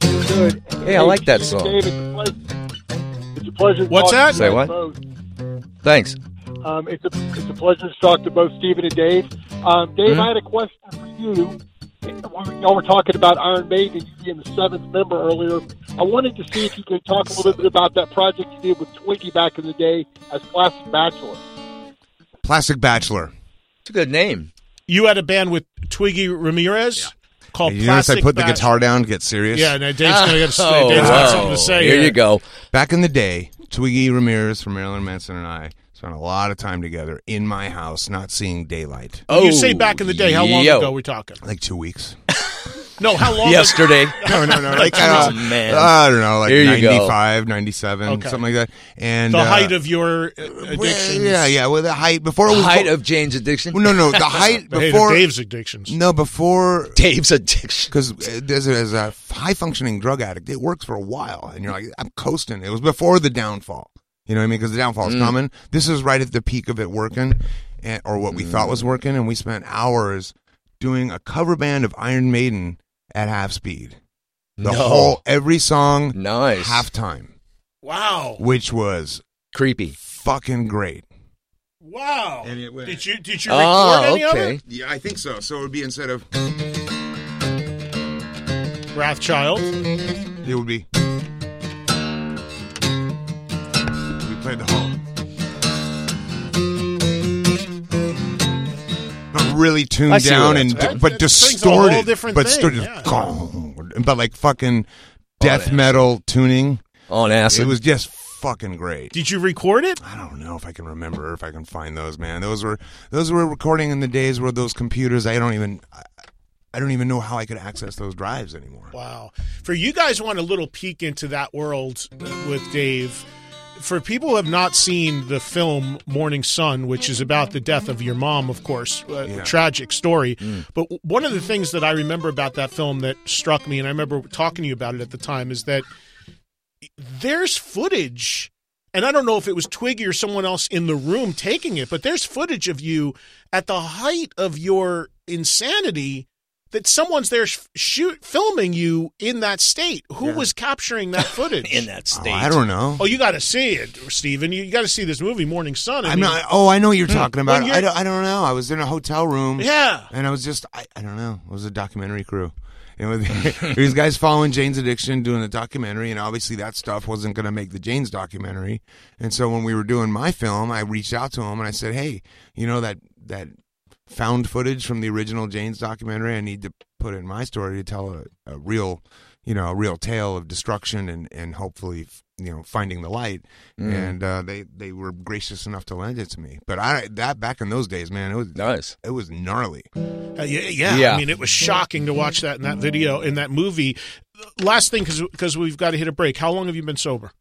Speaker 11: Good.
Speaker 6: Hey, I like that song.
Speaker 11: Dave, it's a pleasure. It's a pleasure to
Speaker 3: What's
Speaker 11: talk
Speaker 3: that?
Speaker 11: To
Speaker 6: Say
Speaker 11: you
Speaker 6: what?
Speaker 11: Both.
Speaker 6: Thanks.
Speaker 11: Um, it's a it's a pleasure to talk to both Stephen and Dave. Um, Dave, I had a question for you. When Y'all were talking about Iron Maiden you being the seventh member earlier. I wanted to see if you could talk a little bit about that project you did with Twiggy back in the day as Plastic Bachelor.
Speaker 4: Plastic Bachelor.
Speaker 6: It's a good name.
Speaker 3: You had a band with Twiggy Ramirez called
Speaker 4: you notice
Speaker 3: Oh, Plastic
Speaker 4: I put the
Speaker 3: Bachelor.
Speaker 4: guitar down to get serious?
Speaker 3: Yeah, no, Dave's gonna get
Speaker 6: Oh,
Speaker 3: Dave's got something
Speaker 6: wow.
Speaker 3: to say.
Speaker 6: Here you go.
Speaker 4: Back in the day, Twiggy Ramirez from Marilyn Manson and I spent a lot of time together in my house, not seeing daylight.
Speaker 6: Oh,
Speaker 3: you say back in the day, how long
Speaker 6: yo.
Speaker 3: ago we're talking?
Speaker 4: Like two weeks.
Speaker 3: No, how long? ago-
Speaker 6: Yesterday.
Speaker 4: No, no, no. Like,
Speaker 6: Oh,
Speaker 4: uh,
Speaker 6: man.
Speaker 4: I don't know, like
Speaker 6: Here you go.
Speaker 4: 95, 97,
Speaker 3: Okay.
Speaker 4: something like that. And
Speaker 3: the
Speaker 4: uh,
Speaker 3: height of your uh,
Speaker 4: well,
Speaker 3: addiction.
Speaker 4: Yeah, yeah. Well, the height before it was
Speaker 6: Height of Jane's addiction.
Speaker 4: Well, no, no. The height
Speaker 3: The height of
Speaker 4: before
Speaker 3: Dave's addictions.
Speaker 4: no before
Speaker 6: Dave's addiction.
Speaker 4: because as, uh, a- as a high functioning drug addict, it works for a while, and you're like, I'm coasting. It was before the downfall. You know what I mean? Because the downfall is
Speaker 6: Mm.
Speaker 4: coming. This is right at the peak of it working, and, or what we thought
Speaker 6: Mm.
Speaker 4: was working, and we spent hours doing a cover band of Iron Maiden at half speed. The
Speaker 6: No.
Speaker 4: whole every song
Speaker 6: Nice.
Speaker 4: halftime,
Speaker 3: Wow.
Speaker 4: which was
Speaker 6: Creepy.
Speaker 4: fucking great.
Speaker 3: Wow.
Speaker 4: And it went-
Speaker 3: Did you did you record
Speaker 6: Oh,
Speaker 3: any
Speaker 6: okay.
Speaker 3: of
Speaker 4: Yeah, I think so. So it would be instead of
Speaker 3: it? Wrathchild.
Speaker 4: it would be we played the whole. Not really
Speaker 6: I
Speaker 4: tuned
Speaker 6: see
Speaker 4: down
Speaker 6: where
Speaker 4: and
Speaker 6: that's
Speaker 4: di-
Speaker 3: at.
Speaker 4: but
Speaker 3: That sings a whole
Speaker 4: distorted,
Speaker 3: different
Speaker 4: but
Speaker 3: thing,
Speaker 4: distorted,
Speaker 3: yeah. Oh,
Speaker 4: gong, but like fucking death metal tuning.
Speaker 6: On acid.
Speaker 4: It was just fucking great.
Speaker 3: Did you record it?
Speaker 4: I don't know if I can remember or if I can find those, man. Those were those were recording in the days where those computers. I don't even I, I don't even know how I could access those drives anymore.
Speaker 3: Wow. For you guys want a little peek into that world with Dave. For people who have not seen the film Morning Sun, which is about the death of your mom, of course, a
Speaker 4: Yeah.
Speaker 3: tragic story. But one of the things that I remember about that film that struck me, and I remember talking to you about it at the time, is that there's footage and I don't know if it was Twiggy or someone else in the room taking it, but there's footage of you at the height of your insanity that someone's there sh- shoot filming you in that state. Who was capturing that footage?
Speaker 6: in that
Speaker 4: Oh,
Speaker 6: state.
Speaker 4: I don't know.
Speaker 3: Oh, you got to see it, Steven. You, you got to see this movie, Morning Sun. I
Speaker 4: I'm
Speaker 3: mean,
Speaker 4: not. Oh, I know what you're talking about.
Speaker 3: When you're-
Speaker 4: I don't, I don't know. I was in a hotel room.
Speaker 3: Yeah.
Speaker 4: And I was just. I, I don't know. It was a documentary crew. And with these guys following Jane's addiction, doing the documentary, and obviously that stuff wasn't going to make the Jane's documentary. And so when we were doing my film, I reached out to him and I said, "Hey, you know that that found footage from the original Jane's documentary. I need to put it in my story to tell a, a real, you know, a real tale of destruction and and hopefully f- you know finding the light. And uh, they they were gracious enough to lend it to me. But I that back in those days, man, it was
Speaker 6: Nice.
Speaker 4: it was gnarly.
Speaker 3: Uh, yeah, yeah.
Speaker 6: Yeah.
Speaker 3: I mean, it was shocking to watch that in that video, in that movie. Last thing, because we've got to hit a break. How long have you been sober?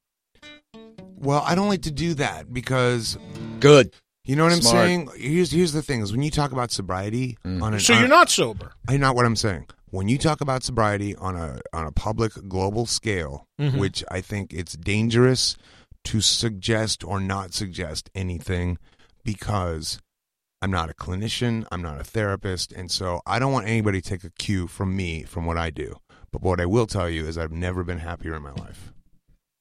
Speaker 4: Well, I don't like to do that because
Speaker 6: Good.
Speaker 4: you know what
Speaker 6: Smart.
Speaker 4: I'm saying. Here's here's the thing: is when you talk about sobriety on an
Speaker 3: So you're not sober.
Speaker 4: I not what I'm saying. When you talk about sobriety on a on a public global scale, which I think it's dangerous to suggest or not suggest anything because I'm not a clinician, I'm not a therapist, and so I don't want anybody to take a cue from me from what I do. But what I will tell you is I've never been happier in my life.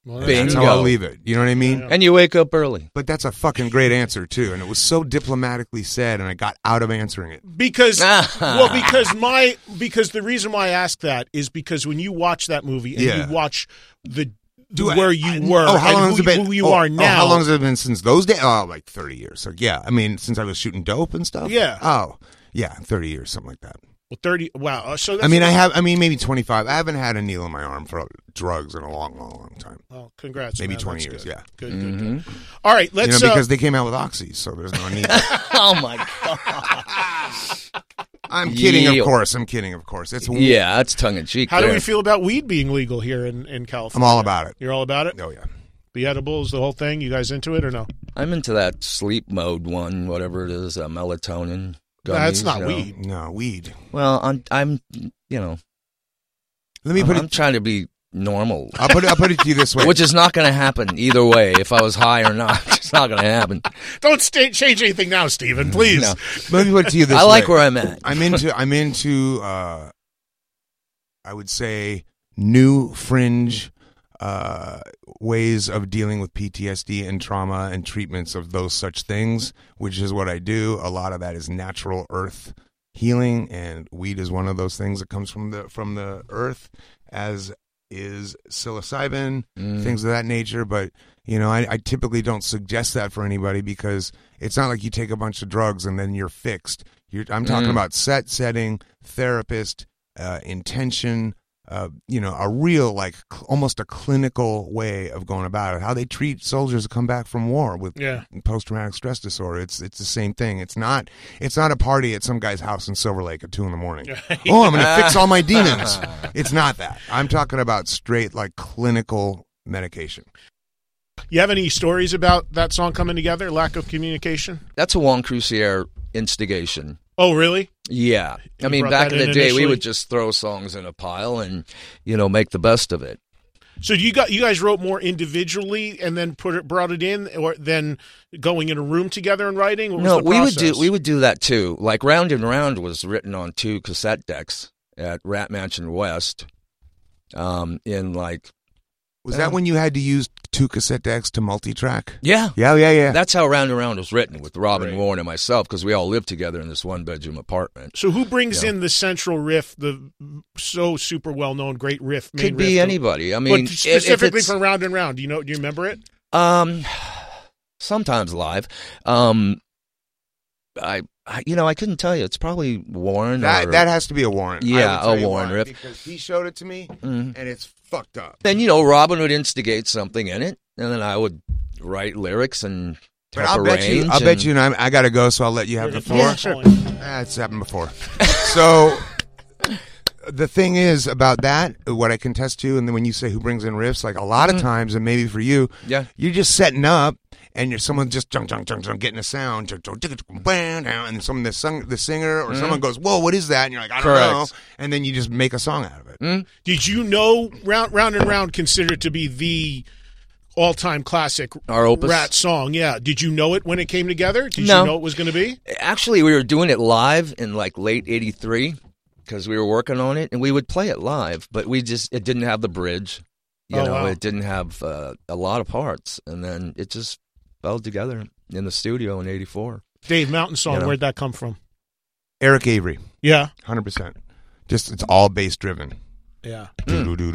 Speaker 3: Well,
Speaker 6: Bing.
Speaker 4: That's
Speaker 3: good.
Speaker 4: how I
Speaker 6: Bingo.
Speaker 4: leave it. You know what I mean?
Speaker 6: And you wake up early.
Speaker 4: But that's a fucking great answer too, and it was so diplomatically said, and I got out of answering it.
Speaker 3: because well because my because the reason why I ask that is because when you watch that movie and
Speaker 4: Yeah.
Speaker 3: you watch the
Speaker 4: Do I-
Speaker 3: where you
Speaker 4: I-
Speaker 3: were
Speaker 4: Oh, how
Speaker 3: and
Speaker 4: long
Speaker 3: who,
Speaker 4: has it been?
Speaker 3: who you
Speaker 4: oh,
Speaker 3: are
Speaker 4: oh,
Speaker 3: now
Speaker 4: how long has it been since those days? Oh, like thirty years. So yeah, I mean, since I was shooting dope and stuff.
Speaker 3: Yeah.
Speaker 4: Oh, yeah, thirty years, something like that.
Speaker 3: well, 30 wow so that's
Speaker 4: I mean, I have. I mean, maybe twenty-five. I haven't had a needle in my arm for drugs in a long, long, long time.
Speaker 3: well, congrats
Speaker 4: Maybe
Speaker 3: man,
Speaker 4: 20
Speaker 3: that's
Speaker 4: years,
Speaker 3: good.
Speaker 4: yeah.
Speaker 3: good, good,
Speaker 6: Mm-hmm.
Speaker 3: good. all right
Speaker 4: You know,
Speaker 3: let's uh,
Speaker 4: because they came out with oxy, so there's no need.
Speaker 6: oh my god.
Speaker 4: I'm kidding,
Speaker 6: Yeah.
Speaker 4: of course. I'm kidding, of course. It's
Speaker 6: Yeah, that's tongue in cheek.
Speaker 3: how do
Speaker 6: there.
Speaker 3: we feel about weed being legal here in in California
Speaker 4: I'm all about it.
Speaker 3: you're all about it
Speaker 4: Oh yeah.
Speaker 3: the edibles the whole thing you guys into it or no
Speaker 6: I'm into that sleep mode one, whatever it is, uh, melatonin.
Speaker 3: That's
Speaker 6: gummies,
Speaker 3: not
Speaker 6: you know.
Speaker 3: weed.
Speaker 4: No weed.
Speaker 6: Well, I'm, I'm, you know,
Speaker 4: Let me
Speaker 6: I'm,
Speaker 4: put
Speaker 6: I'm
Speaker 4: it.
Speaker 6: trying to be normal,
Speaker 4: I'll put it. I'll put it to you this way.
Speaker 6: which is not going to happen either way. If I was high or not, it's not going to happen.
Speaker 3: don't sta change anything now Stephen
Speaker 4: Mm-hmm.
Speaker 3: please
Speaker 6: No.
Speaker 4: Let me put it to you this
Speaker 6: I
Speaker 4: way.
Speaker 6: like where I'm at.
Speaker 4: I'm into I'm into uh I would say new fringe uh ways of dealing with PTSD and trauma and treatments of those such things, which is what I do. A lot of that is natural earth healing and weed is one of those things that comes from the from the earth as is psilocybin things of that nature but you know I, I typically don't suggest that for anybody because it's not like you take a bunch of drugs and then you're fixed you're, i'm talking
Speaker 6: Mm.
Speaker 4: about set setting therapist uh, intention uh, you know a real like cl- almost a clinical way of going about it how they treat soldiers that come back from war with
Speaker 3: Yeah.
Speaker 4: post-traumatic stress disorder it's it's the same thing it's not it's not a party at some guy's house in silver lake at two in the morning oh i'm gonna fix all my demons it's not that i'm talking about straight like clinical medication
Speaker 3: you have any stories about that song coming together lack of communication
Speaker 6: That's a Juan Crucier instigation.
Speaker 3: oh really
Speaker 6: Yeah. I
Speaker 3: You
Speaker 6: mean,
Speaker 3: brought
Speaker 6: back
Speaker 3: that
Speaker 6: in the
Speaker 3: in
Speaker 6: day,
Speaker 3: initially?
Speaker 6: we would just throw songs in a pile and, you know, make the best of it.
Speaker 3: So you got you guys wrote more individually and then put it brought it in, or then going in a room together and writing. What was
Speaker 6: No,
Speaker 3: the
Speaker 6: we would do
Speaker 3: process?
Speaker 6: we would do that too. Like Round and Round was written on two cassette decks at Rat Mansion West, um, in like
Speaker 4: Was
Speaker 6: Uh,
Speaker 4: that when you had to use two cassette decks to multi-track?
Speaker 6: yeah.
Speaker 4: Yeah, yeah, yeah.
Speaker 6: That's how Round and Round was written with Robin
Speaker 3: Great.
Speaker 6: Warren and myself because we all lived together in this one bedroom apartment.
Speaker 3: So who brings
Speaker 6: Yeah.
Speaker 3: in the central riff, the so super well known great riff? Main
Speaker 6: Could be
Speaker 3: riff,
Speaker 6: anybody. I mean,
Speaker 3: but
Speaker 6: if- if
Speaker 3: specifically
Speaker 6: it's-
Speaker 3: from Round and Round. Do you know? Do you remember it?
Speaker 6: Um, sometimes live. Um, I, I you know I couldn't tell you. It's probably Warren.
Speaker 4: that
Speaker 6: or,
Speaker 4: that has to be a Warren. I
Speaker 6: Yeah,
Speaker 4: will tell
Speaker 6: a
Speaker 4: you
Speaker 6: Warren
Speaker 4: why,
Speaker 6: riff.
Speaker 4: because he showed it to me,
Speaker 6: Mhm.
Speaker 4: and it's fucked up.
Speaker 6: Then you know Robin would instigate something in it, and then I would write lyrics and.
Speaker 4: But
Speaker 6: help
Speaker 4: I'll bet you,
Speaker 6: arrange
Speaker 4: I'll bet
Speaker 6: and-
Speaker 4: you, and I'm, I gotta go, so I'll let you have the floor.
Speaker 3: Yeah, sure.
Speaker 4: Ah, it's happened before. so the thing is about that, what I can test to, and then when you say who brings in riffs, like a lot of times, and maybe for you,
Speaker 6: Mm-hmm. Yeah.
Speaker 4: you're just setting up, and you're someone just junk, junk, junk, junk, getting a sound, junk, junk, junk, junk, bam, down, and some the sung, the singer or someone goes, "Whoa, what is that?" And you're like, "I don't
Speaker 6: Mm-hmm. Correct. Mm.
Speaker 4: know," and then you just make a song out of it.
Speaker 3: Did you know Round Round and Round considered to be the all time classic
Speaker 6: Our opus?
Speaker 3: rat song? Yeah. Did you know it when it came together? Did
Speaker 6: No.
Speaker 3: you know it was going to be?
Speaker 6: Actually, we were doing it live in like late '83 because we were working on it, and we would play it live, but we just it didn't have the bridge. You
Speaker 3: Oh,
Speaker 6: know,
Speaker 3: wow.
Speaker 6: it didn't have uh, a lot of parts, and then it just fell together in the studio in '84.
Speaker 3: Dave Mountain song.
Speaker 6: You know.
Speaker 3: Where'd that come from?
Speaker 4: Eric Avery,
Speaker 3: Yeah.
Speaker 4: hundred percent. Just it's all bass driven,
Speaker 3: Yeah.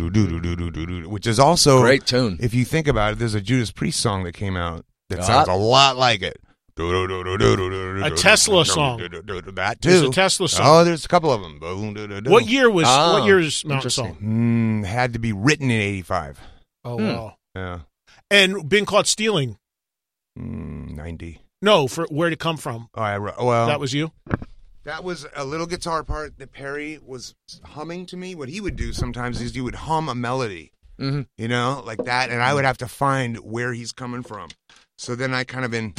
Speaker 4: Doo-doo-doo-doo-doo-doo-doo-doo-doo, which is also
Speaker 6: Great tune.
Speaker 4: If you think about it, there's a Judas Priest song that came out that
Speaker 6: Ah.
Speaker 4: sounds a lot like it. A
Speaker 3: A Tesla song.
Speaker 4: That too.
Speaker 3: There's a Tesla song.
Speaker 4: Oh, there's a couple of them.
Speaker 3: What year was
Speaker 6: Ah,
Speaker 3: what year's Mountain
Speaker 6: interesting.
Speaker 3: song?
Speaker 4: Mm, had to be written in '85.
Speaker 3: Oh
Speaker 6: Hmm.
Speaker 3: wow.
Speaker 4: Yeah,
Speaker 3: And been caught stealing.
Speaker 4: mm, '90.
Speaker 3: No, for where to come from.
Speaker 4: Oh, I wrote, well,
Speaker 3: that was you.
Speaker 4: That was a little guitar part that Perry was humming to me. What he would do sometimes is he would hum a melody,
Speaker 6: Mhm.
Speaker 4: you know, like that, and I would have to find where he's coming from. So then I kind of in,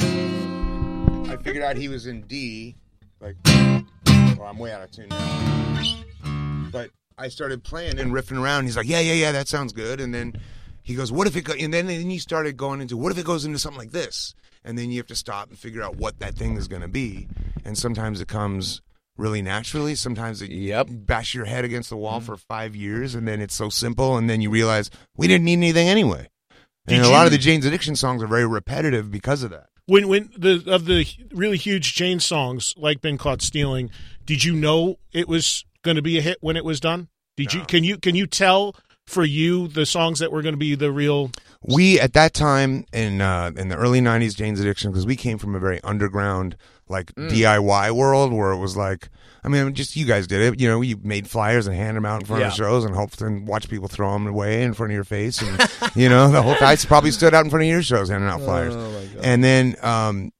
Speaker 4: I figured out he was in D, like, well, I'm way out of tune now. But I started playing and riffing around. He's like, yeah, yeah, yeah, that sounds good. And then he goes, what if it go? And then and he started going into, what if it goes into something like this? And then you have to stop and figure out what that thing is going to be. And sometimes it comes really naturally. Sometimes it
Speaker 6: Yep.
Speaker 4: bash your head against the wall for five years, and then it's so simple, and then you realize we didn't need anything anyway. And
Speaker 3: Did
Speaker 4: a lot
Speaker 3: you-
Speaker 4: of the Jane's Addiction songs are very repetitive because of that.
Speaker 3: When when the of the really huge Jane songs like "Been Caught Stealing," did you know it was going to be a hit when it was done? Did you can you can you tell for you the songs that were going to be the real?
Speaker 4: we at that time in uh, in the early '90s, Jane's Addiction, because we came from a very underground like
Speaker 3: Mm.
Speaker 4: DIY world where it was like, I mean, just you guys did it. You know, you made flyers and hand them out in front of
Speaker 6: Yeah.
Speaker 4: the shows and hoped and watch people throw them away in front of your face, and you know, the whole I probably stood out in front of your shows handing
Speaker 3: Oh
Speaker 4: out flyers, and then. um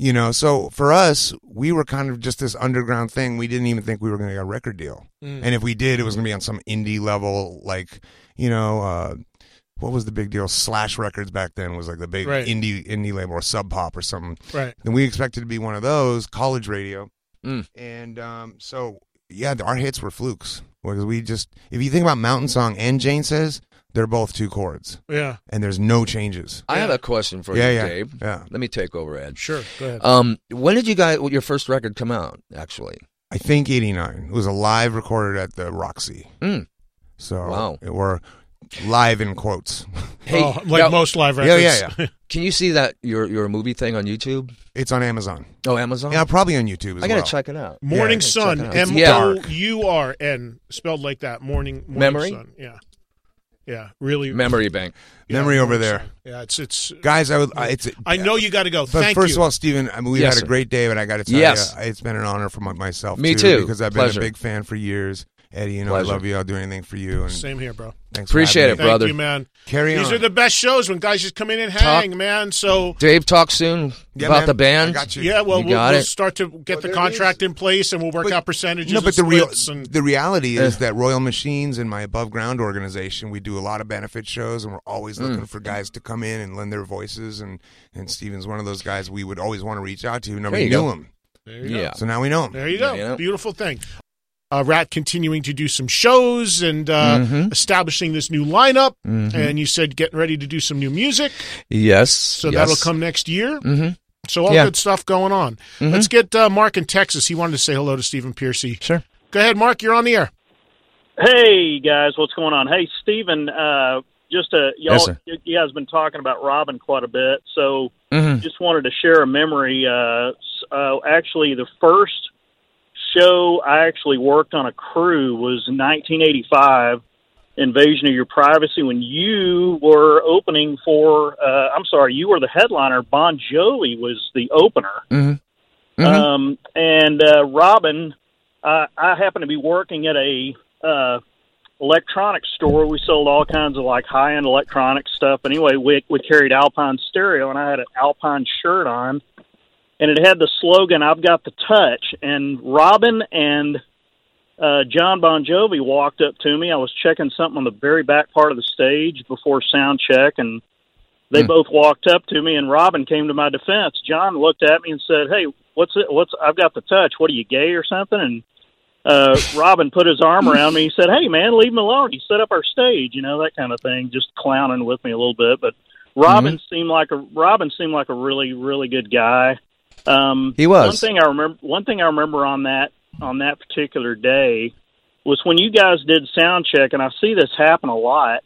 Speaker 4: you know, so for us, we were kind of just this underground thing. We didn't even think we were going to get a record deal, and if we did, it was going to be on some indie level, like you know, uh, what was the big deal? Slash Records back then was like the big
Speaker 3: Right.
Speaker 4: indie indie label or Sub Pop or something.
Speaker 3: Right.
Speaker 4: Then we expected to be one of those college radio,
Speaker 6: Mm.
Speaker 4: and um, so yeah, our hits were flukes because we just if you think about Mountain Song and Jane Says, they're both two chords
Speaker 3: Yeah,
Speaker 4: and there's no changes.
Speaker 6: I have a question for
Speaker 4: Yeah,
Speaker 6: you,
Speaker 4: yeah,
Speaker 6: Dave.
Speaker 4: yeah.
Speaker 6: Let me take over, Ed.
Speaker 3: sure. Go ahead.
Speaker 4: Uh,
Speaker 6: Um, when did you guys well, your first record come out? Actually,
Speaker 4: I think '89. It was a live recorded at the Roxy,
Speaker 6: Mm.
Speaker 4: so
Speaker 6: Wow.
Speaker 4: it were live in quotes.
Speaker 6: hey,
Speaker 3: Oh, like
Speaker 6: now,
Speaker 3: most live
Speaker 4: Yeah,
Speaker 3: records.
Speaker 4: yeah, yeah.
Speaker 6: can you see that your your movie thing on YouTube?
Speaker 4: It's on Amazon.
Speaker 6: Oh, Amazon.
Speaker 4: Yeah, probably on YouTube as
Speaker 6: I gotta
Speaker 4: well.
Speaker 6: check it out.
Speaker 3: Morning
Speaker 4: Yeah,
Speaker 3: Sun,
Speaker 6: check it out.
Speaker 3: M
Speaker 6: It's
Speaker 3: O
Speaker 4: dark.
Speaker 3: U R N, spelled like that. Morning, morning
Speaker 6: Memory?
Speaker 3: Sun. Yeah, yeah. Really,
Speaker 6: Memory bank.
Speaker 3: yeah,
Speaker 4: Memory over
Speaker 3: Morning
Speaker 4: there.
Speaker 3: Sun. Yeah, it's it's.
Speaker 4: Guys, I would. I, it's.
Speaker 3: I know you got to go.
Speaker 4: But
Speaker 3: Thank
Speaker 4: first
Speaker 3: you.
Speaker 4: of all, Stephen, I mean, we've
Speaker 6: Yes,
Speaker 4: had a
Speaker 6: sir.
Speaker 4: great day, but I got to tell
Speaker 6: Yes.
Speaker 4: you, it's been an honor for my, myself.
Speaker 6: Me too.
Speaker 4: because I've been
Speaker 6: Pleasure.
Speaker 4: a big fan for years. Eddie, you know,
Speaker 6: Pleasure.
Speaker 4: I love you. I'll do anything for you. And
Speaker 3: Same here, bro.
Speaker 4: thanks.
Speaker 6: Appreciate
Speaker 4: for
Speaker 6: it,
Speaker 3: Thank
Speaker 4: having me.
Speaker 6: brother.
Speaker 3: you, man.
Speaker 4: Carry on.
Speaker 3: These are the best shows when guys just come in and hang, man. So
Speaker 6: Dave, talk soon
Speaker 4: Yeah,
Speaker 6: about
Speaker 4: man,
Speaker 6: the band.
Speaker 4: I got you.
Speaker 3: yeah, well,
Speaker 6: You
Speaker 3: we'll,
Speaker 6: got
Speaker 3: we'll
Speaker 6: it.
Speaker 3: start to get the contract in place, and we'll work
Speaker 4: But-
Speaker 3: out percentages.
Speaker 4: No, but
Speaker 3: and
Speaker 4: the real
Speaker 3: splits and,
Speaker 4: the reality is
Speaker 6: Ugh.
Speaker 4: that Royal Machines and my above ground organization, we do a lot of benefit shows, and we're
Speaker 6: Hmm.
Speaker 4: always looking for guys to come in and lend their voices. And and Steven's one of those guys we would always want to reach out to. Nobody
Speaker 6: you
Speaker 4: knew
Speaker 6: go.
Speaker 4: him,
Speaker 3: there you go.
Speaker 6: Yeah.
Speaker 4: so now we know him.
Speaker 3: There you go.
Speaker 6: Yeah.
Speaker 3: Beautiful thing. Uh, Rat continuing to do some shows and uh,
Speaker 6: Mhm.
Speaker 3: establishing this new lineup.
Speaker 6: Mhm.
Speaker 3: And you said getting ready to do some new music.
Speaker 6: Yes.
Speaker 3: So that'll come next year.
Speaker 6: hmm
Speaker 3: So all
Speaker 6: Yeah. Mm-hmm.
Speaker 3: good stuff going on. Let's get uh, Mark in Texas. He wanted to say hello to Stephen Piercy.
Speaker 6: Sure.
Speaker 3: Go ahead, Mark. You're on the air.
Speaker 12: Hey guys, what's going on? Hey Stephen, uh, just uh, y'all,
Speaker 6: Yes, sir.
Speaker 12: you you guys been talking about Robin quite a bit, so
Speaker 6: hmm
Speaker 12: just wanted to share a memory. Uh, s- uh, actually, the first show I actually worked on a crew was 1985, Invasion of Your Privacy, when you were opening for. Uh, I'm sorry, you were the headliner. Bon Jovi was the opener.
Speaker 6: Mhm.
Speaker 12: Um, and uh, Robin, uh, I happened to be working at a uh, electronics store. We sold all kinds of like high end electronic stuff. Anyway, we we carried Alpine stereo, and I had an Alpine shirt on, and it had the slogan "I've got the touch." And Robin and uh, John Bon Jovi walked up to me. I was checking something on the very back part of the stage before sound check, and they
Speaker 6: Hmm.
Speaker 12: both walked up to me. And Robin came to my defense. John looked at me and said, "Hey, what's it? What's I've got the touch? What are you gay or something?" And uh, Robin put his arm around me. He said, "Hey, man, leave him alone. He set up our stage, you know that kind of thing." Just clowning with me a little bit, but Robin
Speaker 6: Mm-hmm.
Speaker 12: seemed like a Robin seemed like a really really good guy. Um,
Speaker 6: He was.
Speaker 12: One thing I remember. One thing I remember on that on that particular day was when you guys did sound check, and I see this happen a lot.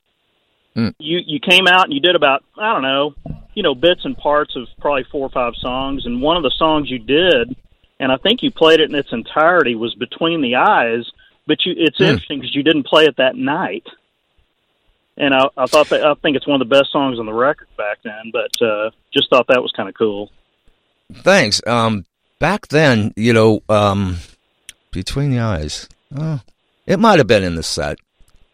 Speaker 6: Mm.
Speaker 12: You you came out and you did about I don't know, you know, bits and parts of probably four or five songs, and one of the songs you did and I think you played it in its entirety was Between the Eyes. But you, it's
Speaker 6: Hmm.
Speaker 12: interesting 'cause interesting because you didn't play it that night. And I, I thought that I think it's one of the best songs on the record back then. But uh, just thought that was kind of cool.
Speaker 6: Thanks. Um, back then, you know, um, between the eyes, oh, it might have been in the set.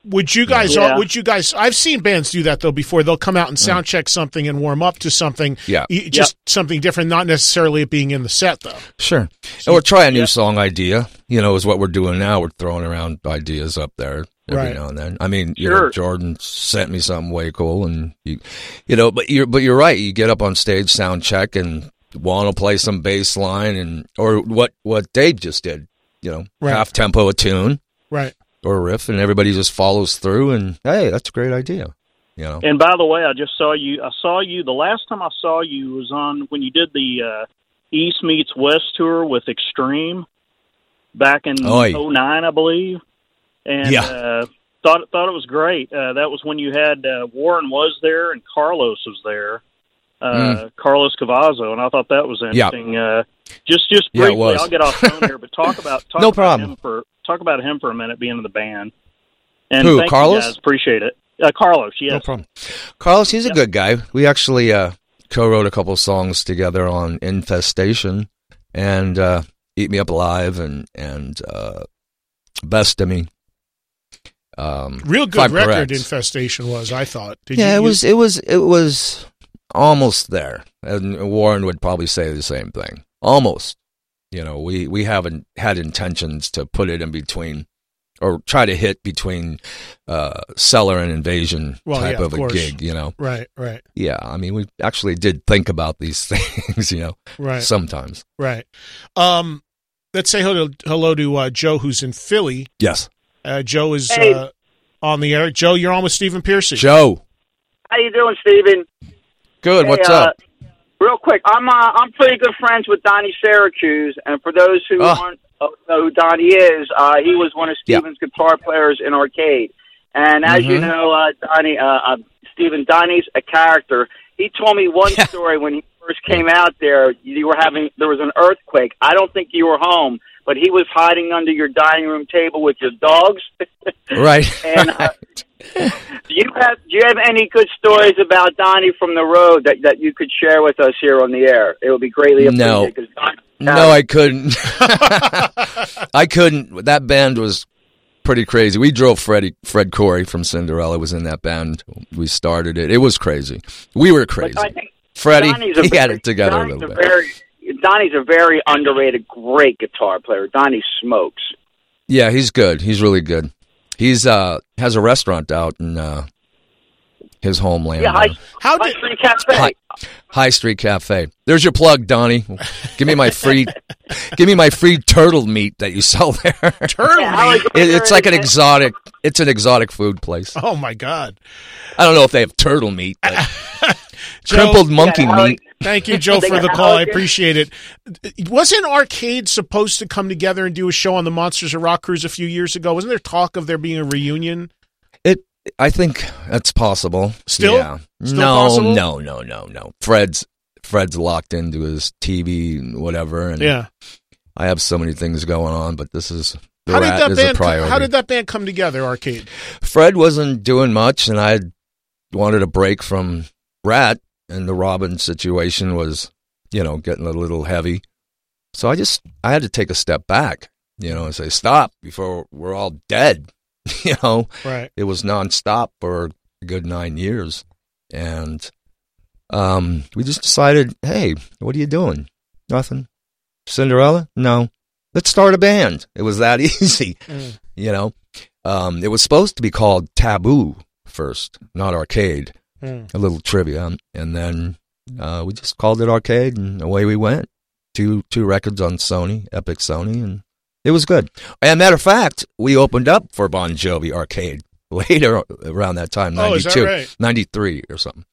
Speaker 3: Would you guys?
Speaker 12: Yeah.
Speaker 3: Would you guys? I've seen bands do that though before. They'll come out and sound check something and warm up to something.
Speaker 6: Mm. Yeah.
Speaker 3: Y- just something different, not necessarily it being in the set though.
Speaker 6: Sure. or try a new song idea. You know, is what we're doing now. We're throwing around ideas up there every
Speaker 3: Right.
Speaker 6: now and then. I mean, you know,
Speaker 12: Sure.
Speaker 6: Jordan sent me something way cool, and you, you know, but you're but you're right. You get up on stage, sound check, and want to play some bass line, and or what what Dave just did. You know,
Speaker 3: Right.
Speaker 6: half tempo a tune
Speaker 3: Right.
Speaker 6: or a riff, and everybody just follows through. And hey, that's a great idea. You know,
Speaker 12: And by the way, I just saw you. I saw you the last time I saw you was on when you did the uh, East meets West tour with Extreme back in
Speaker 6: Oy.
Speaker 12: '09, I believe. And
Speaker 6: Yeah.
Speaker 12: uh, thought thought it was great. Uh, that was when you had uh, Warren was there and Carlos was there, uh, Carlos Cavazo, and I thought that was
Speaker 6: Mm. Yeah.
Speaker 12: interesting. Uh, just just
Speaker 6: Yeah, it
Speaker 12: briefly,
Speaker 6: was.
Speaker 12: I'll get off phone here, but talk about talk
Speaker 6: No
Speaker 12: about
Speaker 6: problem.
Speaker 12: him for talk about him for a minute being in the band. And
Speaker 6: Who,
Speaker 12: thank
Speaker 6: Carlos?
Speaker 12: You guys. Appreciate it, uh, Carlos. Yes,
Speaker 6: No problem. Carlos, he's a good guy. We actually uh, co-wrote a couple songs together on Infestation and uh, Eat Me Up Alive and and uh, Best of Me. Um,
Speaker 3: Real
Speaker 6: if
Speaker 3: good
Speaker 6: I'm
Speaker 3: record
Speaker 6: correct.
Speaker 3: infestation was, I thought. Did
Speaker 6: yeah,
Speaker 3: you,
Speaker 6: it
Speaker 3: you-
Speaker 6: was it was it was almost there, and Warren would probably say the same thing. Almost, you know, we we haven't had intentions to put it in between or try to hit between uh, cellar and invasion
Speaker 3: Well,
Speaker 6: type
Speaker 3: yeah,
Speaker 6: of,
Speaker 3: of
Speaker 6: a
Speaker 3: course.
Speaker 6: gig, you know.
Speaker 3: Right, right,
Speaker 6: Yeah, I mean, we actually did think about these things, you know,
Speaker 3: Right.
Speaker 6: sometimes.
Speaker 3: right. Um, let's say hello, hello to uh, Joe, who's in Philly.
Speaker 6: Yes.
Speaker 3: Uh, Joe is
Speaker 13: Hey.
Speaker 3: uh, on the air. Joe, you're on with Stephen Piercy.
Speaker 6: Joe.
Speaker 13: How you doing, Steven?
Speaker 6: Good.
Speaker 13: Hey,
Speaker 6: what's
Speaker 13: uh,
Speaker 6: up?
Speaker 13: Real quick, I'm uh, I'm pretty good friends with Donnie Syracuse, and for those who
Speaker 6: Ah.
Speaker 13: aren't uh, know who Donnie is, uh, he was one of
Speaker 6: Yeah.
Speaker 13: Steven's guitar players in Arcade. And as you
Speaker 6: Mhm.
Speaker 13: know, uh, Donnie, uh, uh, Steven, Donnie's a character. He told me one story when he first came out there. You were having there was an earthquake. I don't think you were home, but he was hiding under your dining room table with your dogs.
Speaker 6: Right.
Speaker 13: and uh, do you have do you have any good stories about Donnie from the road that, that you could share with us here on the air? It would be greatly
Speaker 6: No.
Speaker 13: appreciated. 'cause Don-
Speaker 6: No, I couldn't. I couldn't. That band was pretty crazy. We drove Freddie, Fred Corey from Cinderella was in that band. We started it. It was crazy. We were
Speaker 13: but
Speaker 6: crazy.
Speaker 13: I think
Speaker 6: Freddie,
Speaker 13: Donnie's a
Speaker 6: he had
Speaker 13: very-
Speaker 6: it together
Speaker 13: Donnie's
Speaker 6: a little bit.
Speaker 13: Very, Donnie's a very underrated, great guitar player. Donnie smokes.
Speaker 6: yeah, he's good. He's really good. He's uh has a restaurant out in uh his homeland.
Speaker 13: Yeah,
Speaker 6: there.
Speaker 13: I,
Speaker 3: How
Speaker 13: I
Speaker 3: did
Speaker 13: drink cafe.
Speaker 6: Hi, High Street Cafe. There's your plug, Donnie. Give me my free, give me my free turtle meat that you sell there.
Speaker 3: Turtle
Speaker 13: Yeah, I
Speaker 3: meat?
Speaker 13: like-
Speaker 6: It, it's like an exotic. It's an exotic food place.
Speaker 3: Oh my God,
Speaker 6: I don't know if they have turtle meat, but
Speaker 3: Joe,
Speaker 6: crumpled monkey
Speaker 13: Yeah, I like-
Speaker 6: meat.
Speaker 3: Thank you, Joe,
Speaker 13: They
Speaker 3: for
Speaker 13: got
Speaker 3: the call. I
Speaker 13: alligators.
Speaker 3: appreciate it. Wasn't Arcade supposed to come together and do a show on the Monsters of Rock Cruise a few years ago? Wasn't there talk of there being a reunion?
Speaker 6: It. I think that's possible.
Speaker 3: Still?
Speaker 6: Yeah.
Speaker 3: Still
Speaker 6: no,
Speaker 3: possible?
Speaker 6: no, no, no, no. Fred's Fred's locked into his TV and whatever, and
Speaker 3: Yeah.
Speaker 6: I have so many things going on. But this is the
Speaker 3: How did
Speaker 6: rat
Speaker 3: that
Speaker 6: is a
Speaker 3: band?
Speaker 6: priority.
Speaker 3: How did that band come together? Arcade.
Speaker 6: Fred wasn't doing much, and I wanted a break from Rat, and the Robin situation was, you know, getting a little heavy. So I just I had to take a step back, you know, and say stop before we're all dead. you know,
Speaker 3: Right.
Speaker 6: it was nonstop for a good nine years, and um, we just decided, hey, what are you doing? Nothing. Cinderella? No. Let's start a band. It was that easy
Speaker 3: Mm.
Speaker 6: you know um, it was supposed to be called taboo first not arcade
Speaker 3: Mm.
Speaker 6: a little trivia and then uh, we just called it arcade and away we went two two records on sony epic sony and it was good and matter of fact we opened up for bon jovi arcade later around that time
Speaker 3: Oh, is
Speaker 6: 92
Speaker 3: that right?
Speaker 6: 93 or something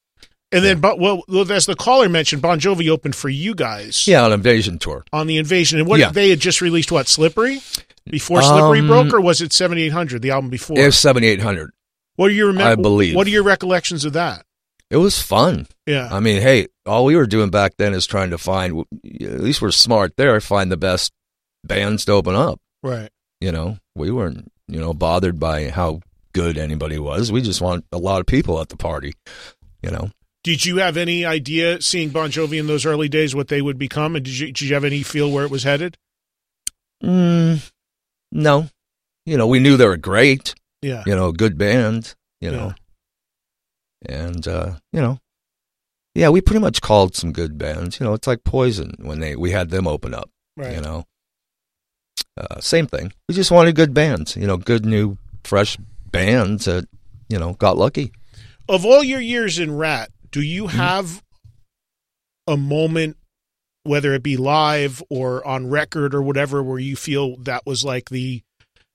Speaker 3: And then, but well, well, as the caller mentioned, Bon Jovi opened for you guys.
Speaker 6: yeah on invasion tour
Speaker 3: On the invasion, and what
Speaker 6: Yeah.
Speaker 3: they had just released, what Slippery, before Slippery
Speaker 6: Um,
Speaker 3: broke, or was it seventy eight hundred, the album before?
Speaker 6: it was 7800
Speaker 3: what are your remem-
Speaker 6: I believe.
Speaker 3: What are your recollections of that?
Speaker 6: it was fun
Speaker 3: Yeah,
Speaker 6: I mean, hey, all we were doing back then is trying to find. At least we're smart there. Find the best bands to open up.
Speaker 3: right.
Speaker 6: You know, we weren't you know bothered by how good anybody was. We just want a lot of people at the party. You know,
Speaker 3: Did you have any idea seeing Bon Jovi in those early days what they would become, and did you did you have any feel where it was headed?
Speaker 6: mm, no, you know, we knew they were great.
Speaker 3: Yeah,
Speaker 6: You know, good band. You
Speaker 3: Yeah.
Speaker 6: know, and uh, you know, yeah, we pretty much called some good bands. You know, it's like Poison when they we had them open up.
Speaker 3: right.
Speaker 6: you know uh, same thing we just wanted good bands you know good new fresh bands that you know got lucky
Speaker 3: Of all your years in Rat, do you
Speaker 6: Mm-hmm.
Speaker 3: have a moment, whether it be live or on record or whatever, where you feel that was like the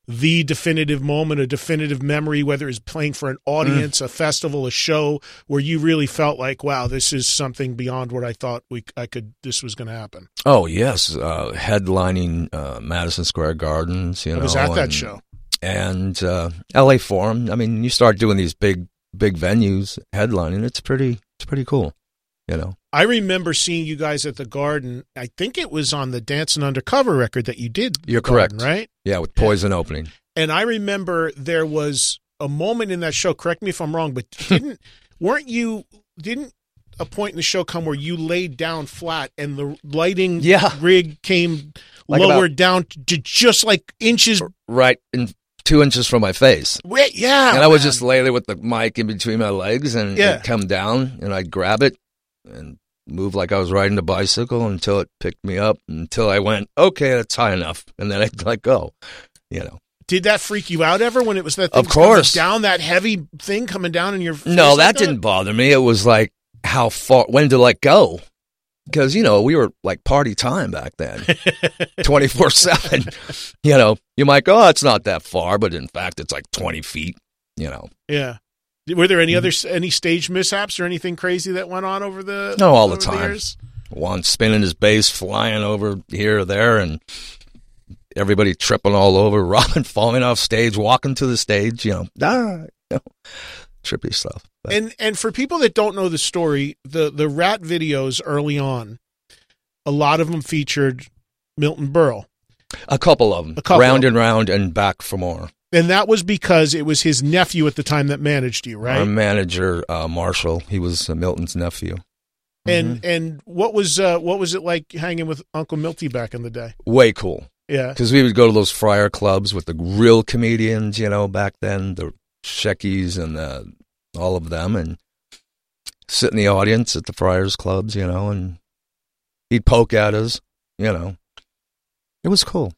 Speaker 3: the definitive moment, a definitive memory, whether it's playing for an
Speaker 6: Mm.
Speaker 3: audience, a festival, a show, where you really felt like, wow, this is something beyond what I thought we I could this was going to happen.
Speaker 6: oh yes uh, headlining uh, madison square gardens you
Speaker 3: I
Speaker 6: know
Speaker 3: was at that
Speaker 6: and-
Speaker 3: show.
Speaker 6: and uh, LA Forum. I mean, you start doing these big big venues headlining, it's pretty it's pretty cool, you know.
Speaker 3: I remember seeing you guys at the Garden. I think it was on the Dancing Undercover record that you did.
Speaker 6: You're
Speaker 3: Garden,
Speaker 6: correct,
Speaker 3: right?
Speaker 6: Yeah, with Poison opening.
Speaker 3: And I remember there was a moment in that show. Correct me if I'm wrong, but didn't weren't you didn't a point in the show come where you laid down flat and the lighting
Speaker 6: Yeah.
Speaker 3: rig came
Speaker 6: Like
Speaker 3: lower
Speaker 6: about-
Speaker 3: down to just like inches.
Speaker 6: Right in two inches from my face.
Speaker 3: Wait, yeah,
Speaker 6: and I would
Speaker 3: man.
Speaker 6: just lay there with the mic in between my legs and
Speaker 3: Oh, Yeah.
Speaker 6: it'd come down and I'd grab it and move like I was riding a bicycle until it picked me up until I went, Okay, that's high enough and then I'd let go. You know.
Speaker 3: Did that freak you out ever when it was that?
Speaker 6: Of
Speaker 3: thing coming
Speaker 6: course.
Speaker 3: down that heavy thing coming down in your. face
Speaker 6: No,
Speaker 3: like
Speaker 6: that didn't bother me. It was like how far when to let go. Because, you know, we were like party time back then. Twenty four seven. You know. You might go, Oh, it's not that far, but in fact it's like twenty feet, you know.
Speaker 3: Yeah. Were there
Speaker 6: Mm-hmm.
Speaker 3: any other any stage mishaps or anything crazy that went on over the?
Speaker 6: No, Oh, all the
Speaker 3: over
Speaker 6: time.
Speaker 3: years?
Speaker 6: Juan spinning his bass, flying over here or there, and everybody tripping all over. Robin falling off stage, walking to the stage. You know, ah, you know, trippy stuff. But
Speaker 3: And and for people that don't know the story, the the rat videos early on, a lot of them featured Milton Berle,
Speaker 6: a couple of them,
Speaker 3: A couple.
Speaker 6: round and round and back for more.
Speaker 3: and that was because it was his nephew at the time that managed you, right?
Speaker 6: Our manager, uh, Marshall, he was uh, Milton's nephew.
Speaker 3: and and what was uh, what was it like hanging with Uncle Milty back in the day?
Speaker 6: Way cool.
Speaker 3: Yeah,
Speaker 6: Because we would go to those friar clubs with the real comedians, you know, back then, the Sheckies and the, all of them, and sit in the audience at the friars clubs, you know, and he'd poke at us, you know. It was cool.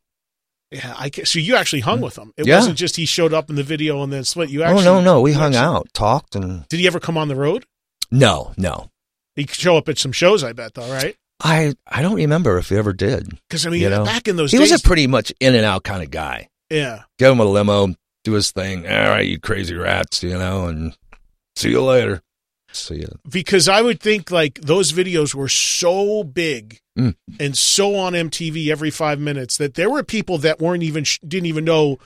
Speaker 3: yeah. I ca- so you actually hung with him. It
Speaker 6: Mm. Yeah.
Speaker 3: wasn't just he showed up in the video and then split. You actually?
Speaker 6: oh, no, no. We
Speaker 3: you
Speaker 6: hung
Speaker 3: actually-
Speaker 6: out, talked, and
Speaker 3: Did he ever come on the road?
Speaker 6: no, no.
Speaker 3: He could show up at some shows, I bet, though, right?
Speaker 6: I, I don't remember if he ever did.
Speaker 3: 'Cause, I mean,
Speaker 6: you know?
Speaker 3: back in those
Speaker 6: he was
Speaker 3: days-
Speaker 6: a pretty much in and out kind of guy.
Speaker 3: Yeah.
Speaker 6: Give him a limo, do his thing. All right, you crazy rats, you know, and see you later. See ya.
Speaker 3: Because I would think like those videos were so big
Speaker 6: Mm.
Speaker 3: and so on MTV every five minutes that there were people that weren't even sh- didn't even know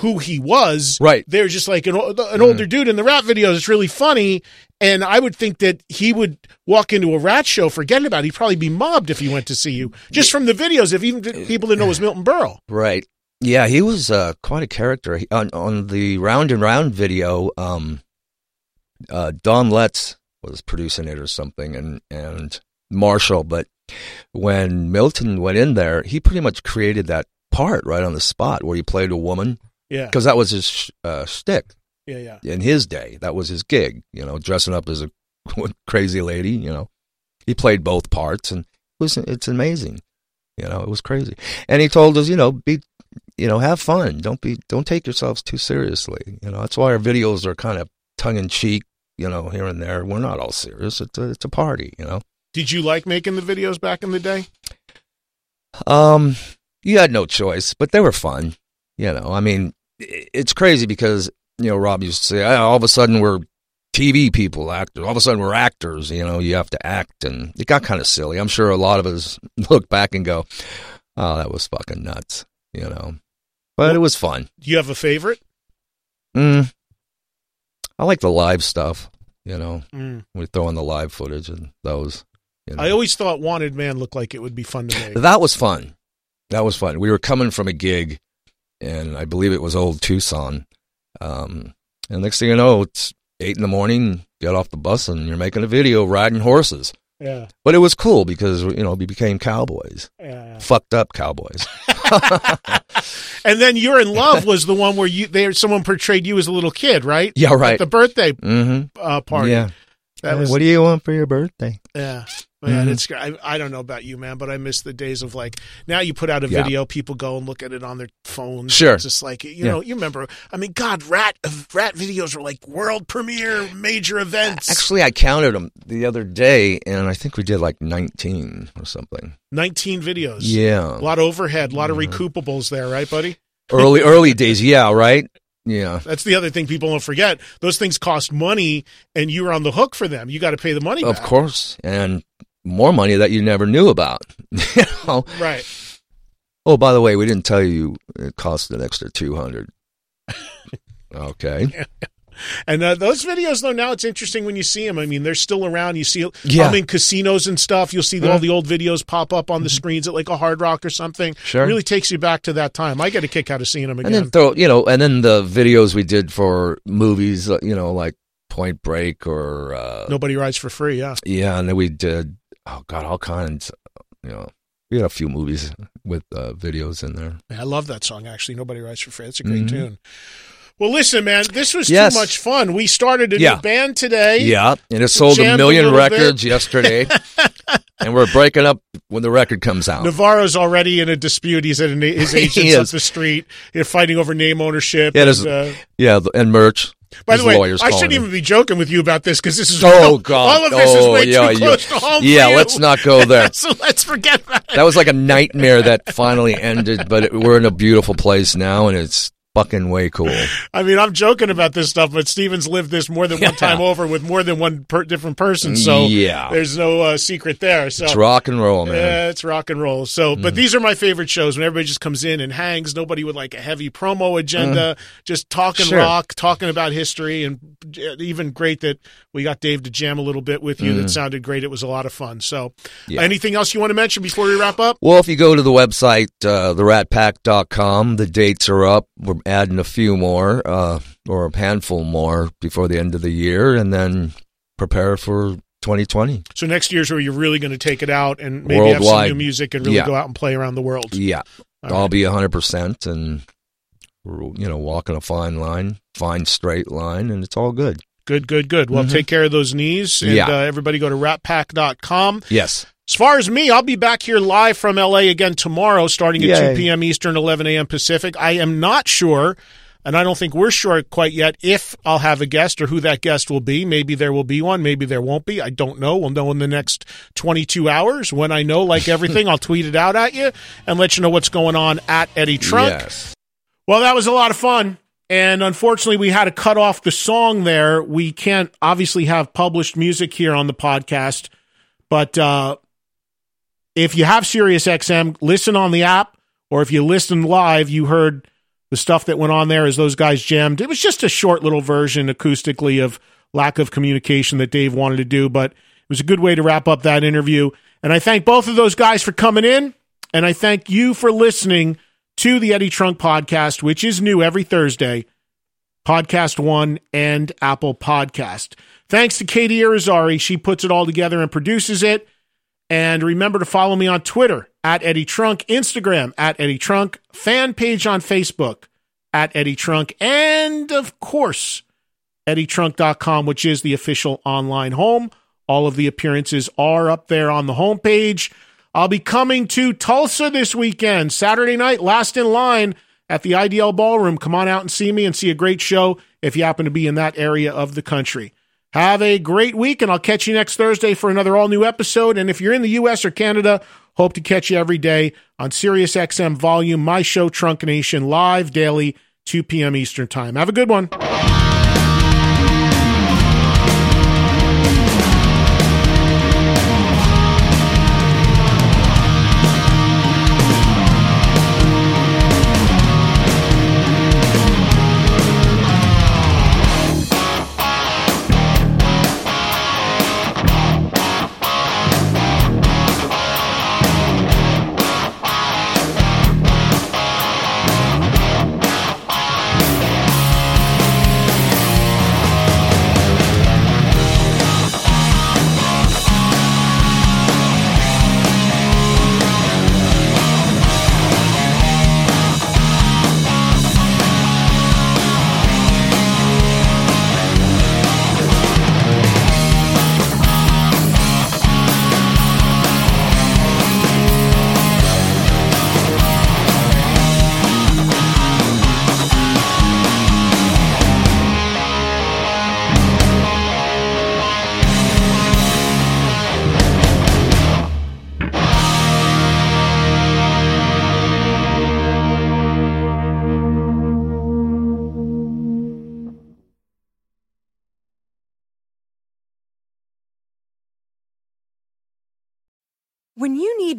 Speaker 3: who he was.
Speaker 6: Right. Mm.
Speaker 3: They're just like an, o- an older dude in the rap videos. It's really funny. And I would think that he would walk into a rat show, forget about it. He'd probably be mobbed if he went to see you just from the videos. If even th- people didn't know it was Milton Berle.
Speaker 6: Right. Yeah, he was uh, quite a character he, on on the Round and Round video. Um, uh, Don Letts was producing it or something, and and Marshall. But when Milton went in there, he pretty much created that part right on the spot where he played a woman
Speaker 3: Yeah.
Speaker 6: because that was his sh- uh, shtick
Speaker 3: Yeah. Yeah.
Speaker 6: in his day. That was his gig, you know, dressing up as a crazy lady. You know, he played both parts, and it was it's amazing. You know, it was crazy. And he told us, you know, be, you know, have fun. Don't be, don't take yourselves too seriously. You know, that's why our videos are kind of tongue in cheek. You know, here and there, we're not all serious. It's a, it's a party. You know.
Speaker 3: Did you like making the videos back in the day?
Speaker 6: Um, you had no choice, but they were fun. You know, I mean, i- it's crazy because you know Rob used to say, "Ah, all of a sudden we're TV people, actors. All of a sudden we're actors. You know, you have to act, and it got kind of silly. I'm sure a lot of us look back and go, "Oh, that was fucking nuts," you know. But it was fun.
Speaker 3: Do you have a favorite?
Speaker 6: Mm. I like the live stuff. You know,
Speaker 3: Mm.
Speaker 6: we throw in the live footage and those. You know.
Speaker 3: I always thought Wanted Man looked like it would be fun to make.
Speaker 6: That was fun. That was fun. We were coming from a gig, and I believe it was old Tucson. Um, and next thing you know, it's eight in the morning. Get off the bus, and you're making a video riding horses.
Speaker 3: Yeah.
Speaker 6: But it was cool because you know we became cowboys,
Speaker 3: Yeah.
Speaker 6: fucked up cowboys.
Speaker 3: And then You're in Love was the one where you there someone portrayed you as a little kid, right?
Speaker 6: Yeah, right.
Speaker 3: At the birthday
Speaker 6: Mm-hmm.
Speaker 3: uh, party.
Speaker 6: Yeah.
Speaker 3: That was
Speaker 6: what do you want for your birthday?
Speaker 3: yeah. Man,
Speaker 6: Mhm.
Speaker 3: it's I, I don't know about you, man, but I miss the days of like now you put out a
Speaker 6: Yeah.
Speaker 3: video, people go and look at it on their phones.
Speaker 6: Sure.
Speaker 3: It's just like you
Speaker 6: Yeah.
Speaker 3: know, you remember. I mean, God, rat uh, rat videos were like world premiere, major events.
Speaker 6: Actually, I counted them the other day, and I think we did like 19 or something.
Speaker 3: 19 videos.
Speaker 6: Yeah. Mm-hmm.
Speaker 3: A lot of overhead, a lot of recoupables there, right, buddy?
Speaker 6: Early, early days. Yeah, right. Yeah.
Speaker 3: That's the other thing people don't forget. Those things cost money, and you were on the hook for them. You got to pay the money
Speaker 6: of
Speaker 3: back.
Speaker 6: course, and more money that you never knew about. You know?
Speaker 3: Right.
Speaker 6: Oh, by the way, we didn't tell you it cost an extra two hundred. Okay.
Speaker 3: And uh, those videos, though, now it's interesting when you see them. I mean, they're still around. You see
Speaker 6: Yeah. Mm-hmm.
Speaker 3: them in casinos and stuff. You'll see all the old videos pop up on the screens at like a Hard Rock or something.
Speaker 6: Sure.
Speaker 3: really takes you back to that time. I get a kick out of seeing them
Speaker 6: And
Speaker 3: again.
Speaker 6: then throw, you know, and then the videos we did for movies, uh, you know, like Point Break or uh,
Speaker 3: Nobody rides for free. Yeah,
Speaker 6: yeah, and then we did oh god, all kinds. You know, we had a few movies with uh, videos in there.
Speaker 3: Man, I love that song. Actually, Nobody Rides for Free. That's a great
Speaker 6: Mhm.
Speaker 3: tune. Well, listen, man, this was
Speaker 6: Yes.
Speaker 3: too much fun. We started a
Speaker 6: Yeah.
Speaker 3: new band today.
Speaker 6: Yeah, and it sold a
Speaker 3: Jammed
Speaker 6: million
Speaker 3: little bit.
Speaker 6: records yesterday, and we're breaking up when the record comes out.
Speaker 3: Navarro's already in a dispute. He's at an, his
Speaker 6: Oh. He
Speaker 3: agents up
Speaker 6: is.
Speaker 3: the street. They're fighting over name ownership.
Speaker 6: yeah,
Speaker 3: and,
Speaker 6: there's,
Speaker 3: uh,
Speaker 6: yeah, and merch.
Speaker 3: By
Speaker 6: His
Speaker 3: the way,
Speaker 6: lawyers
Speaker 3: I
Speaker 6: calling
Speaker 3: shouldn't
Speaker 6: him.
Speaker 3: even be joking with you about this because this is
Speaker 6: Oh
Speaker 3: real-
Speaker 6: God!
Speaker 3: all of this is
Speaker 6: Oh,
Speaker 3: way
Speaker 6: yeah,
Speaker 3: too
Speaker 6: you-
Speaker 3: close to home. for
Speaker 6: Yeah,
Speaker 3: you.
Speaker 6: let's not go there.
Speaker 3: so let's forget about it.
Speaker 6: that was like a nightmare that finally ended, but it, we're in a beautiful place now, and it's fucking way cool.
Speaker 3: I mean, I'm joking about this stuff, but Stevens lived this more than one time over with more than one per- different person. So
Speaker 6: Yeah.
Speaker 3: there's no uh, secret there. So
Speaker 6: It's rock and roll, man. Mm.
Speaker 3: Yeah, it's rock and roll. So, but these are my favorite shows when everybody just comes in and hangs. Nobody with like a heavy promo agenda, just talking
Speaker 6: Mm. Sure.
Speaker 3: rock, talking about history, and uh, even great that we got Dave to jam a little bit with you. That sounded great. It was a lot of fun. So,
Speaker 6: Mm. Yeah.
Speaker 3: anything else you want to mention before we wrap up?
Speaker 6: Well, if you go to the website, uh, theratpack.com, the dates are up. We're adding a few more, uh, or a handful more before the end of the year, and then prepare for 2020.
Speaker 3: So next year's where you're really going to take it out and maybe have some
Speaker 6: Worldwide.
Speaker 3: new music and really
Speaker 6: Yeah.
Speaker 3: go out and play around the world.
Speaker 6: Yeah.
Speaker 3: All
Speaker 6: I'll
Speaker 3: right.
Speaker 6: be 100% and, we're, you know, walking a fine line, fine straight line, and it's all good.
Speaker 3: Good, good, good. Well,
Speaker 6: Mhm.
Speaker 3: take care of those knees. And
Speaker 6: Yeah.
Speaker 3: uh, everybody go to ratpack.com.
Speaker 6: Yes.
Speaker 3: As far as me, I'll be back here live from LA again tomorrow, starting at 2
Speaker 6: Yay.
Speaker 3: p.m. Eastern, 11 a.m. Pacific. I am not sure, and I don't think we're sure quite yet, if I'll have a guest or who that guest will be. Maybe there will be one, maybe there won't be. I don't know. We'll know in the next 22 hours. When I know, like everything, I'll tweet it out at you and let you know what's going on at Eddie Trunk.
Speaker 6: Yes.
Speaker 3: Well, that was a lot of fun. And unfortunately, we had to cut off the song there. We can't obviously have published music here on the podcast, but uh, if you have SiriusXM, listen on the app, or if you listen live, you heard the stuff that went on there as those guys jammed. It was just a short little version acoustically of lack of communication that Dave wanted to do, but it was a good way to wrap up that interview. And I thank both of those guys for coming in, and I thank you for listening to the Eddie Trunk podcast, which is new every Thursday. Podcast One and Apple Podcast. Thanks to Katie Irizarry. She puts it all together and produces it. And remember to follow me on Twitter at Eddie Trunk, Instagram at Eddie Trunk, fan page on Facebook at Eddie Trunk, and of course, EddieTrunk.com, which is the official online home. All of the appearances are up there on the homepage. I'll be coming to Tulsa this weekend, Saturday night, last in line at the IDL Ballroom. Come on out and see me and see a great show if you happen to be in that area of the country. Have a great week, and I'll catch you next Thursday for another all new episode. And if you're in the U.S. or Canada, hope to catch you every day on SiriusXM Volume, my show, Trunk Nation, live daily, 2 p.m. Eastern Time. Have a good one.
Speaker 14: Thank
Speaker 15: When you need